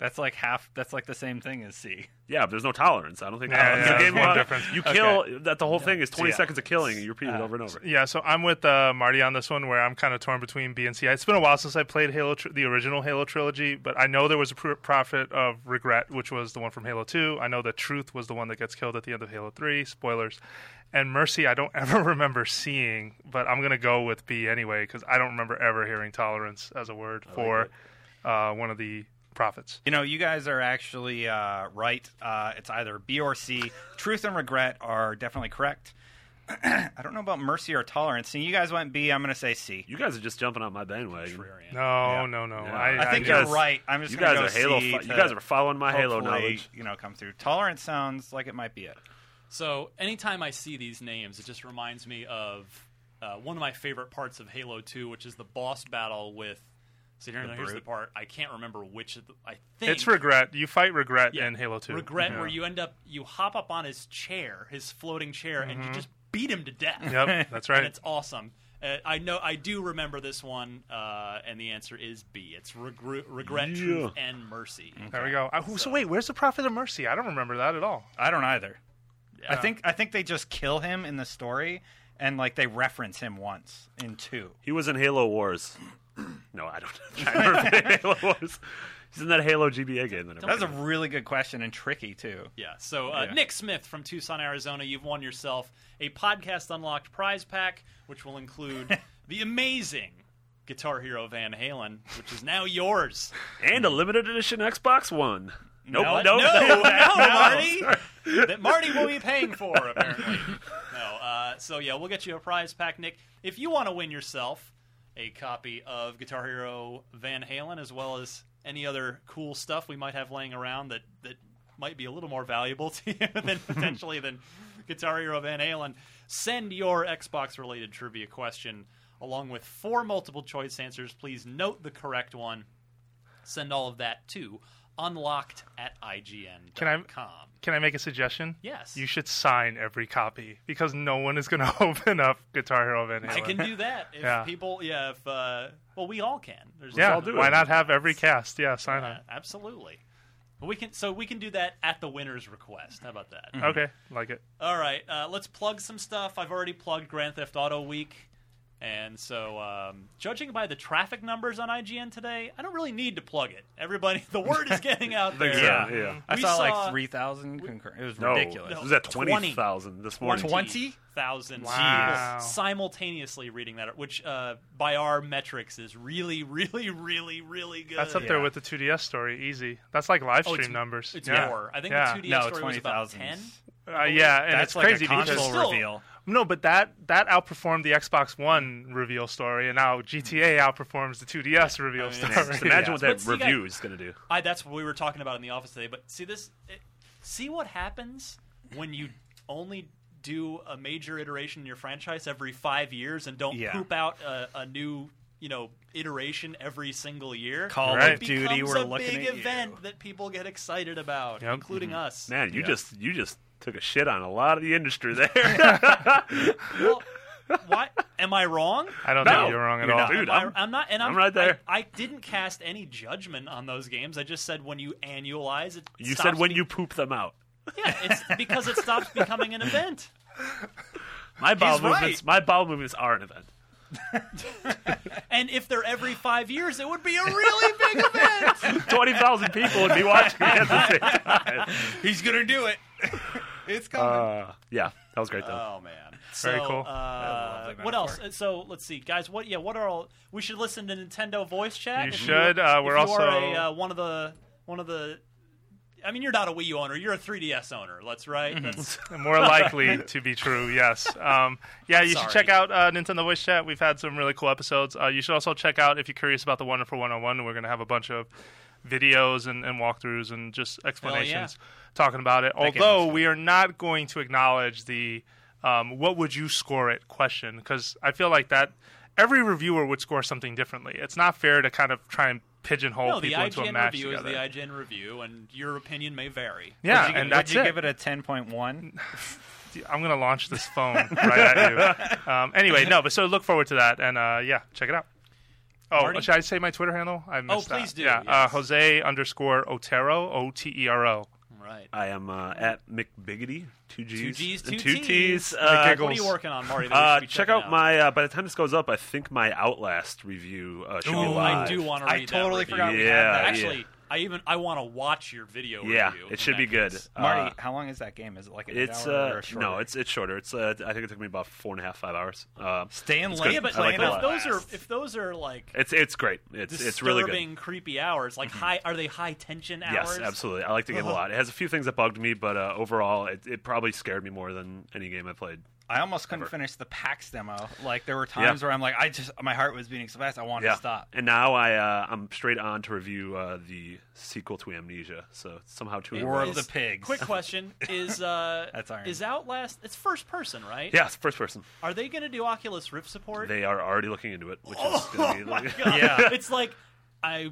S4: That's like half. That's like the same thing as C.
S5: Yeah, but there's no tolerance. I don't think
S6: Yeah,
S5: it's
S6: yeah,
S5: a game
S6: there's no
S5: about-
S6: difference.
S5: you kill that the whole thing is 20
S4: yeah. Uh,
S5: seconds of killing and you repeat it over and over.
S6: Yeah, so I'm with uh, Marty on this one, where I'm kind of torn between B and C. It's been a while since I played Halo, tr- the original Halo trilogy, but I know there was a pr- prophet of regret, which was the one from Halo Two. I know that Truth was the one that gets killed at the end of Halo Three. Spoilers, and Mercy, I don't ever remember seeing, but I'm gonna go with B anyway because I don't remember ever hearing tolerance as a word for uh, one of the prophets.
S4: You know, you guys are actually uh, right. Uh, it's either B or C. Truth and regret are definitely correct. I don't know about mercy or tolerance. And you guys went B. I'm going to say C.
S5: You guys are just jumping on my bandwagon.
S6: No, no, no.
S5: Yeah.
S6: I,
S4: I think
S5: you
S4: you're
S5: guys-
S4: right. I'm just
S5: You
S4: gonna
S5: guys
S4: go
S5: are Halo.
S4: C
S5: fo-
S4: to
S5: you guys are following my Halo
S4: hopefully,
S5: knowledge.
S4: You know, come through. Tolerance sounds like it might be it.
S3: So anytime I see these names, it just reminds me of uh, one of my favorite parts of Halo 2, which is the boss battle with. So here, here's the
S4: brute.
S3: part I can't remember which. Of the, I think
S6: It's regret. You fight regret
S3: Yeah,
S6: in Halo Two.
S3: Regret,
S6: Yeah.
S3: where you end up, you hop up on his chair, his floating chair, and you just beat him to death.
S6: Mm-hmm. Yep, that's
S3: and
S6: right.
S3: it's awesome. Uh, I know, I do remember this one, uh, and the answer is B. It's regr- regret, truth, and mercy.
S6: There we go. Uh, who- so wait, where's the prophet of mercy? I don't remember that at all.
S4: I don't either. I think I think they just kill him in the story, and like they reference him once in two.
S5: He was in Halo Wars. no, I don't. I never played Halo Wars. He's in that Halo GBA game. That I
S4: That's a
S5: played.
S4: really good question and tricky too.
S3: Yeah. So uh,
S4: Yeah.
S3: Nick Smith from Tucson, Arizona, you've won yourself a podcast unlocked prize pack, which will include the amazing Guitar Hero Van Halen, which is now yours.
S5: and a limited edition Xbox One. Nope,
S4: No,
S5: nope.
S3: No, no, Marty. That Marty will be paying for apparently. No. Uh, so yeah, we'll get you a prize pack, Nick. If you want to win yourself a copy of Guitar Hero Van Halen, as well as any other cool stuff we might have laying around that that might be a little more valuable to you than potentially than Guitar Hero Van Halen, send your Xbox related trivia question along with four multiple choice answers. Please note the correct one send all of that to unlocked at IGN.com.
S6: Can I- Can I make a suggestion?
S3: Yes.
S6: You should sign every copy because no one is going to open up Guitar Hero Van Halen.
S3: I can do that if
S6: Yeah.
S3: people. Yeah, if uh, well, we all can. There's
S6: yeah,
S5: all do
S6: why
S5: it.
S6: not have every cast? Yeah, sign
S3: Yeah, absolutely. But we can. So we can do that at the winner's request. How about that?
S6: on. Okay, like it.
S3: All right, uh, let's plug some stuff. I've already plugged Grand Theft Auto Week, and so um, judging by the traffic numbers on IGN today, I don't really need to plug it. Everybody, the word is getting out there.
S5: think so. Yeah. yeah.
S4: I
S3: We
S4: saw,
S3: saw-
S4: like three thousand concurrent. It was
S5: No,
S4: ridiculous.
S5: it was at
S3: Twenty.
S5: 20,000 this morning.
S4: 20?
S3: thousand
S6: Wow.
S3: people simultaneously reading that, which uh, by our metrics is really, really, really, really good.
S6: That's up there with the 2DS story. Easy. That's like live
S3: Oh,
S6: stream
S3: it's-
S6: numbers.
S3: It's
S6: yeah.
S3: more. I think
S6: Yeah.
S3: the 2DS
S4: no,
S3: story was
S4: twenty
S3: about
S4: thousand.
S3: 10.
S6: Uh, yeah, and
S4: That's
S6: it's
S4: like
S6: crazy
S4: a console
S6: because
S3: still-
S4: reveal.
S6: no, but that that outperformed the Xbox One reveal story, and now GTA outperforms the 2DS reveal
S3: mean,
S6: story.
S3: it's-
S5: Just imagine
S6: Yeah.
S5: what
S3: But
S5: that
S3: see, guys-
S5: review is going to do.
S3: I, that's what we were talking about in the office today. But see this, it, see what happens when you only do a major iteration in your franchise every five years and don't
S4: Yeah.
S3: poop out a, a new, you know, iteration every single year.
S4: Call
S6: Right.
S4: of Duty.
S3: Becomes
S4: We're
S3: a
S4: looking
S3: big
S4: at
S3: event
S4: you. Mm-hmm.
S3: that people get excited about,
S6: Yep.
S3: including us.
S5: Man, you
S4: Yeah.
S5: just you just took a shit on a lot of the industry there.
S3: Well, why am I wrong?
S6: I don't
S5: No,
S6: think you're wrong at
S5: you're
S6: all.
S5: not. Dude,
S3: Am I-
S5: I'm-
S3: not, and I'm,
S5: I'm right there.
S3: I, I didn't cast any judgment on those games. I just said when you annualize it.
S5: you
S3: stops
S5: said when
S3: be-
S5: you poop them out.
S3: Yeah, it's because it stops becoming an event.
S5: My bowel
S3: He's right.
S5: movements. My bowel movements are an event.
S3: And if they're every five years, it would be a really big event.
S5: Twenty thousand people would be watching it at the same time.
S4: He's gonna do it. it's coming.
S5: Uh, yeah, that was great though.
S3: oh man,
S6: Very
S3: So,
S6: cool.
S3: Uh,
S4: lovely
S3: what else?
S4: metaphor.
S3: Uh, So let's see, guys. What? Yeah, what are all? We should listen to Nintendo voice chat.
S6: You
S3: If
S6: should. Uh,
S3: if
S6: we're
S3: you
S6: also-
S3: are a, uh, one of the one of the. I mean, you're not a Wii U owner. You're a 3DS owner. That's right. That's,
S6: More likely to be true, yes. Um, yeah, you should
S3: Sorry.
S6: check out uh, Nintendo Voice Chat. We've had some really cool episodes. Uh, you should also check out, if you're curious about the Wonderful 101, we're going to have a bunch of videos and, and walkthroughs and just explanations talking about it.
S4: game
S6: Although
S4: was
S6: we are not going to acknowledge the um, what would you score it question, because I feel like that every reviewer would score something differently. It's not fair to kind of try and pigeonhole
S3: no, the
S6: people into a
S3: IGN
S6: match
S3: review
S6: together.
S3: is the IGN review, and your opinion may vary.
S6: yeah,
S4: Would you, gi-
S6: and that's
S4: would you
S6: it.
S4: give it a ten point one?
S6: I'm gonna launch this phone right at you. Um, anyway, no, but so look forward to that, and uh, yeah, check it out. Oh,
S3: Marty? Oh,
S6: should I say my Twitter handle? I missed
S3: please
S6: that.
S3: do,
S6: Yeah, uh,
S3: yes.
S6: Jose underscore Otero, O T E R O.
S3: Right.
S5: I am uh, at McBiggity, two G's,
S3: Two G's, two
S5: and two
S3: T's.
S5: T's.
S3: Like,
S5: Uh,
S3: what are you working on, Marty? that we
S5: uh,
S3: should be
S5: check
S3: checking
S5: out my. Uh, by the time this goes up, I think my Outlast review uh, should be
S3: Ooh,
S5: live.
S3: I do want to read
S4: I totally
S3: that. review.
S4: forgot we had
S5: Yeah,
S4: that.
S3: Actually, I even I want to watch your video
S5: Yeah,
S3: review.
S5: it
S3: in
S5: should
S3: that
S5: be good.
S3: case.
S5: Uh,
S4: Marty, how long is that game? Is it like an
S5: It's
S4: hour or
S5: uh
S4: a shorter?
S5: no, it's it's shorter. It's uh, I think it took me about four and a half five hours. Uh,
S4: staying
S5: good.
S4: late.
S3: Yeah, but,
S5: I
S3: like,
S5: like that
S3: if
S5: a lot.
S3: those are if those are like
S5: it's it's great. It's
S3: disturbing,
S5: it's really good. Mm-hmm.
S3: creepy hours, like high are they high tension hours?
S5: Yes, absolutely. I like the game a lot. It has a few things that bugged me, but uh, overall, it, it probably scared me more than any game I played.
S4: I almost couldn't finish the PAX demo. Like there were times
S5: Yeah.
S4: where I'm like, I just my heart was beating so fast, I wanted to stop.
S5: And now I uh, I'm straight on to review uh, the sequel to Amnesia. So somehow two. in a
S4: War
S5: row.
S4: of the Pigs.
S3: Quick question is uh
S4: That's iron.
S3: is Outlast it's first person, right?
S5: Yeah, it's first person.
S3: Are they going to do Oculus Rift support?
S5: They are already looking into it, which is going to be. Like,
S4: Yeah.
S3: it's like I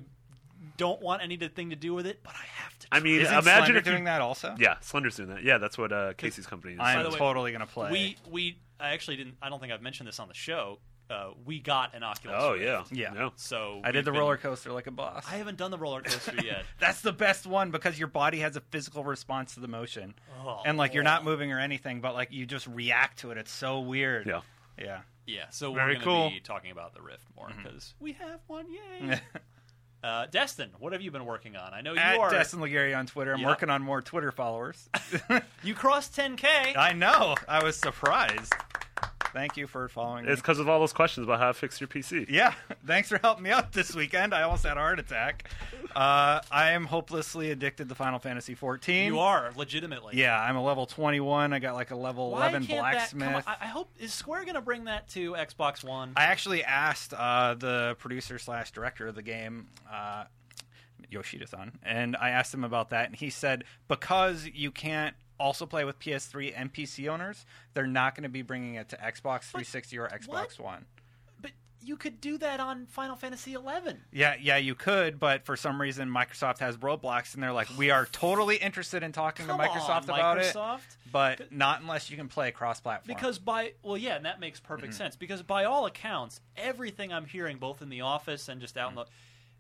S3: don't want anything to do with it, but I have to.
S5: I mean,
S4: Isn't
S5: imagine
S4: Slender
S5: if you,
S4: doing that also?
S5: Yeah, Slender's doing that. Yeah, that's what uh, Casey's company is.
S3: By
S4: I'm
S3: the way,
S4: totally gonna play.
S3: we we I actually didn't. I don't think I've mentioned this on the show. Uh, we got an Oculus.
S5: oh
S3: Rift.
S5: yeah,
S4: Yeah.
S5: No.
S3: So
S4: I
S3: we've
S4: did the
S3: been-
S4: roller coaster like a boss.
S3: I haven't done the roller coaster yet.
S4: That's the best one because your body has a physical response to the motion,
S3: Oh,
S4: and like you're not moving or anything, but like you just react to it. It's so weird.
S5: Yeah.
S4: yeah.
S3: Yeah, so
S6: Very
S3: we're going to
S6: cool.
S3: be talking about the Rift more
S4: Mm-hmm.
S3: because we have one. Yay! uh, Destin, what have you been working on? I know you
S4: At
S3: are.
S4: Destin Legary on Twitter, I'm
S3: Yeah.
S4: working on more Twitter followers.
S3: You crossed 10k.
S4: I know. I was surprised. Thank you for following.
S5: It's
S4: Me.
S5: because of all those questions about how to fix your PC.
S4: Yeah, thanks for helping me out this weekend. I almost had a heart attack. Uh, I am hopelessly addicted to Final Fantasy 14.
S3: you are legitimately.
S4: Yeah, I'm a level 21. I got like a level
S3: Why
S4: 11
S3: can't
S4: blacksmith.
S3: That come, I, I hope is Square going to bring that to Xbox One.
S4: I actually asked uh, the producer slash director of the game, uh, Yoshida-san, and I asked him about that, and he said because you can't also play with PS3 and PC owners, they're not going to be bringing it to Xbox 360 or Xbox
S3: What?
S4: One.
S3: but you could do that on Final Fantasy eleven.
S4: Yeah, yeah, you could, but for some reason Microsoft has roadblocks, and they're like, we are totally interested in talking
S3: Come
S4: to Microsoft
S3: on,
S4: about
S3: Microsoft.
S4: it, but not unless you can play cross-platform.
S3: Because by well, yeah, and that makes perfect
S4: Mm-hmm.
S3: sense. Because by all accounts, everything I'm hearing, both in the office and just out
S4: Mm-hmm.
S3: in the,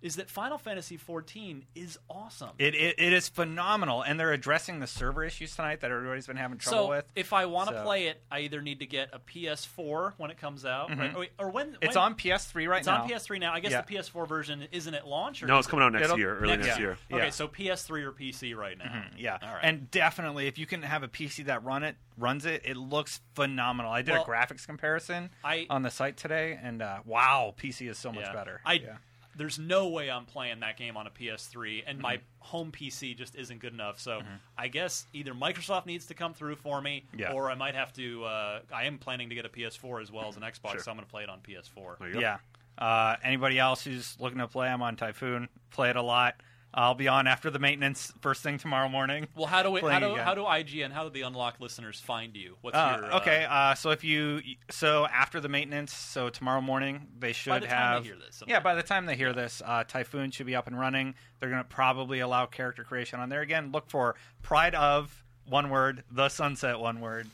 S3: is that Final Fantasy 14 is awesome.
S4: it, it it is phenomenal, and they're addressing the server issues tonight that everybody's been having trouble
S3: so
S4: with.
S3: if I want to
S4: So-
S3: play it, I either need to get a PS4 when it comes out, right? Or, wait, or when
S4: Mm-hmm. it's
S3: when-
S4: on PS3 right
S3: it's
S4: now.
S3: on PS3 now. I guess
S4: Yeah.
S3: the PS4 version isn't at launch. Or
S5: No, it's coming out next
S6: It'll-
S5: year, early next,
S4: next
S5: year.
S4: Yeah. Mm-hmm.
S3: Okay, so PS3 or PC right now.
S4: Yeah,
S3: All right.
S4: and definitely if you can have a PC that run it runs it, it looks phenomenal. I did
S3: Well,
S4: a graphics comparison
S3: I-
S4: on the site today, and uh, wow, PC is so much
S3: Yeah.
S4: better.
S3: I
S4: Yeah.
S3: there's no way I'm playing that game on a PS3, and my
S4: Mm-hmm.
S3: home PC just isn't good enough. So I guess either Microsoft needs to come through for me,
S4: Yeah.
S3: or I might have to. Uh, I am planning to get a PS4 as well as an Xbox, so I'm going to play it on PS4.
S5: There you go.
S4: Yeah. Uh, anybody else who's looking to play, I'm on Typhoon. Play it a lot. I'll be on after the maintenance first thing tomorrow morning.
S3: Well, how do we, how
S4: Playing
S3: do
S4: again.
S3: how do IGN how do the unlock listeners find you? What's
S4: Uh,
S3: your uh,
S4: okay, uh, so if you so after the maintenance, so tomorrow morning they should
S3: By the time they
S4: have.
S3: hear this,
S4: yeah, by the time they hear this, uh, Typhoon should be up and running. They're going to probably allow character creation on there again. Look for Pride of one word, the sunset one word.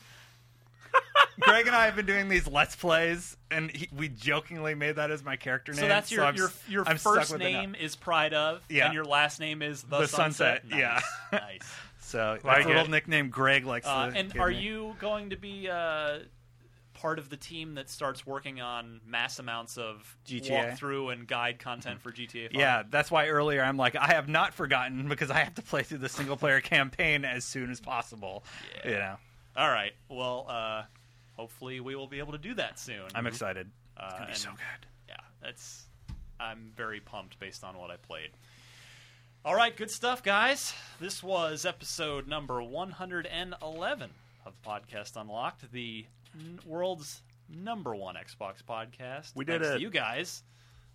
S4: Greg and I have been doing these let's plays, and he, we jokingly made that as my character name.
S3: so that's your
S4: I'm
S3: your
S4: s-
S3: your
S4: I'm stuck
S3: first
S4: with it now.
S3: name is Pride of,
S4: Yeah.
S3: and your last name is the,
S4: The
S3: Sunset.
S4: Sunset, yeah.
S3: Nice, nice.
S4: So that's
S6: Like
S4: a little
S6: it.
S4: nickname Greg likes.
S3: Uh,
S4: to
S3: and
S4: give
S3: are
S4: me.
S3: you going to be uh, part of the team that starts working on mass amounts of
S4: GTA?
S3: walkthrough and guide content for GTA? 5?
S4: Yeah, that's why earlier I'm like I have not forgotten because I have to play through the single player campaign as soon as possible. You know,
S3: All right. Well, uh, hopefully we will be able to do that soon.
S4: I'm excited.
S3: Mm-hmm.
S4: Uh,
S3: it's gonna
S6: be so good.
S3: Yeah, that's. I'm very pumped based on what I played. All right, good stuff, guys. This was episode number 111 of Podcast Unlocked, the n- world's number one Xbox podcast.
S5: We did
S3: Thanks to
S5: it.
S3: you guys.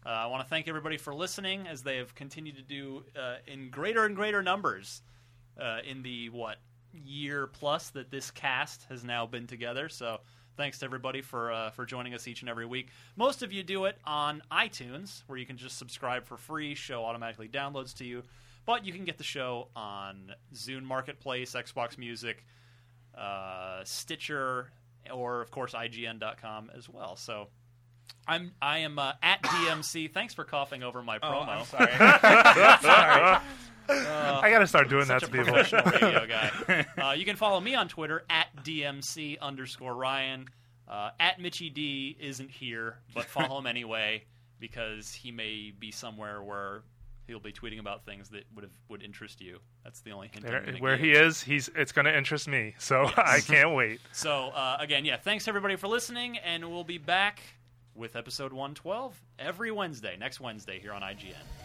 S3: Uh, I want to thank everybody for listening as they have continued to do uh, in greater and greater numbers uh, in the what year plus that this cast has now been together. So thanks to everybody for uh, for joining us each and every week. Most of you do it on iTunes, where you can just subscribe for free. Show automatically downloads to you, but you can get the show on Zune Marketplace, Xbox Music, uh, Stitcher, or of course IGN.com as well. So. I'm I am uh, at DMC. Thanks for coughing over my promo.
S4: Oh, I'm sorry.
S6: I got to start doing that
S3: Uh, Such
S6: to
S3: a
S6: people.
S3: professional radio guy. Uh, you can follow me on Twitter at DMC underscore Ryan. Uh, at Mitchy D isn't here, but follow him anyway because he may be somewhere where he'll be tweeting about things that would have, would interest you. That's the only hint. I'm
S6: There-
S3: gonna
S6: Where
S3: give.
S6: he is, he's it's going to interest me. So I can't wait.
S3: So uh, again, yeah, thanks everybody for listening, and we'll be back with episode 112 every Wednesday, next Wednesday here on IGN.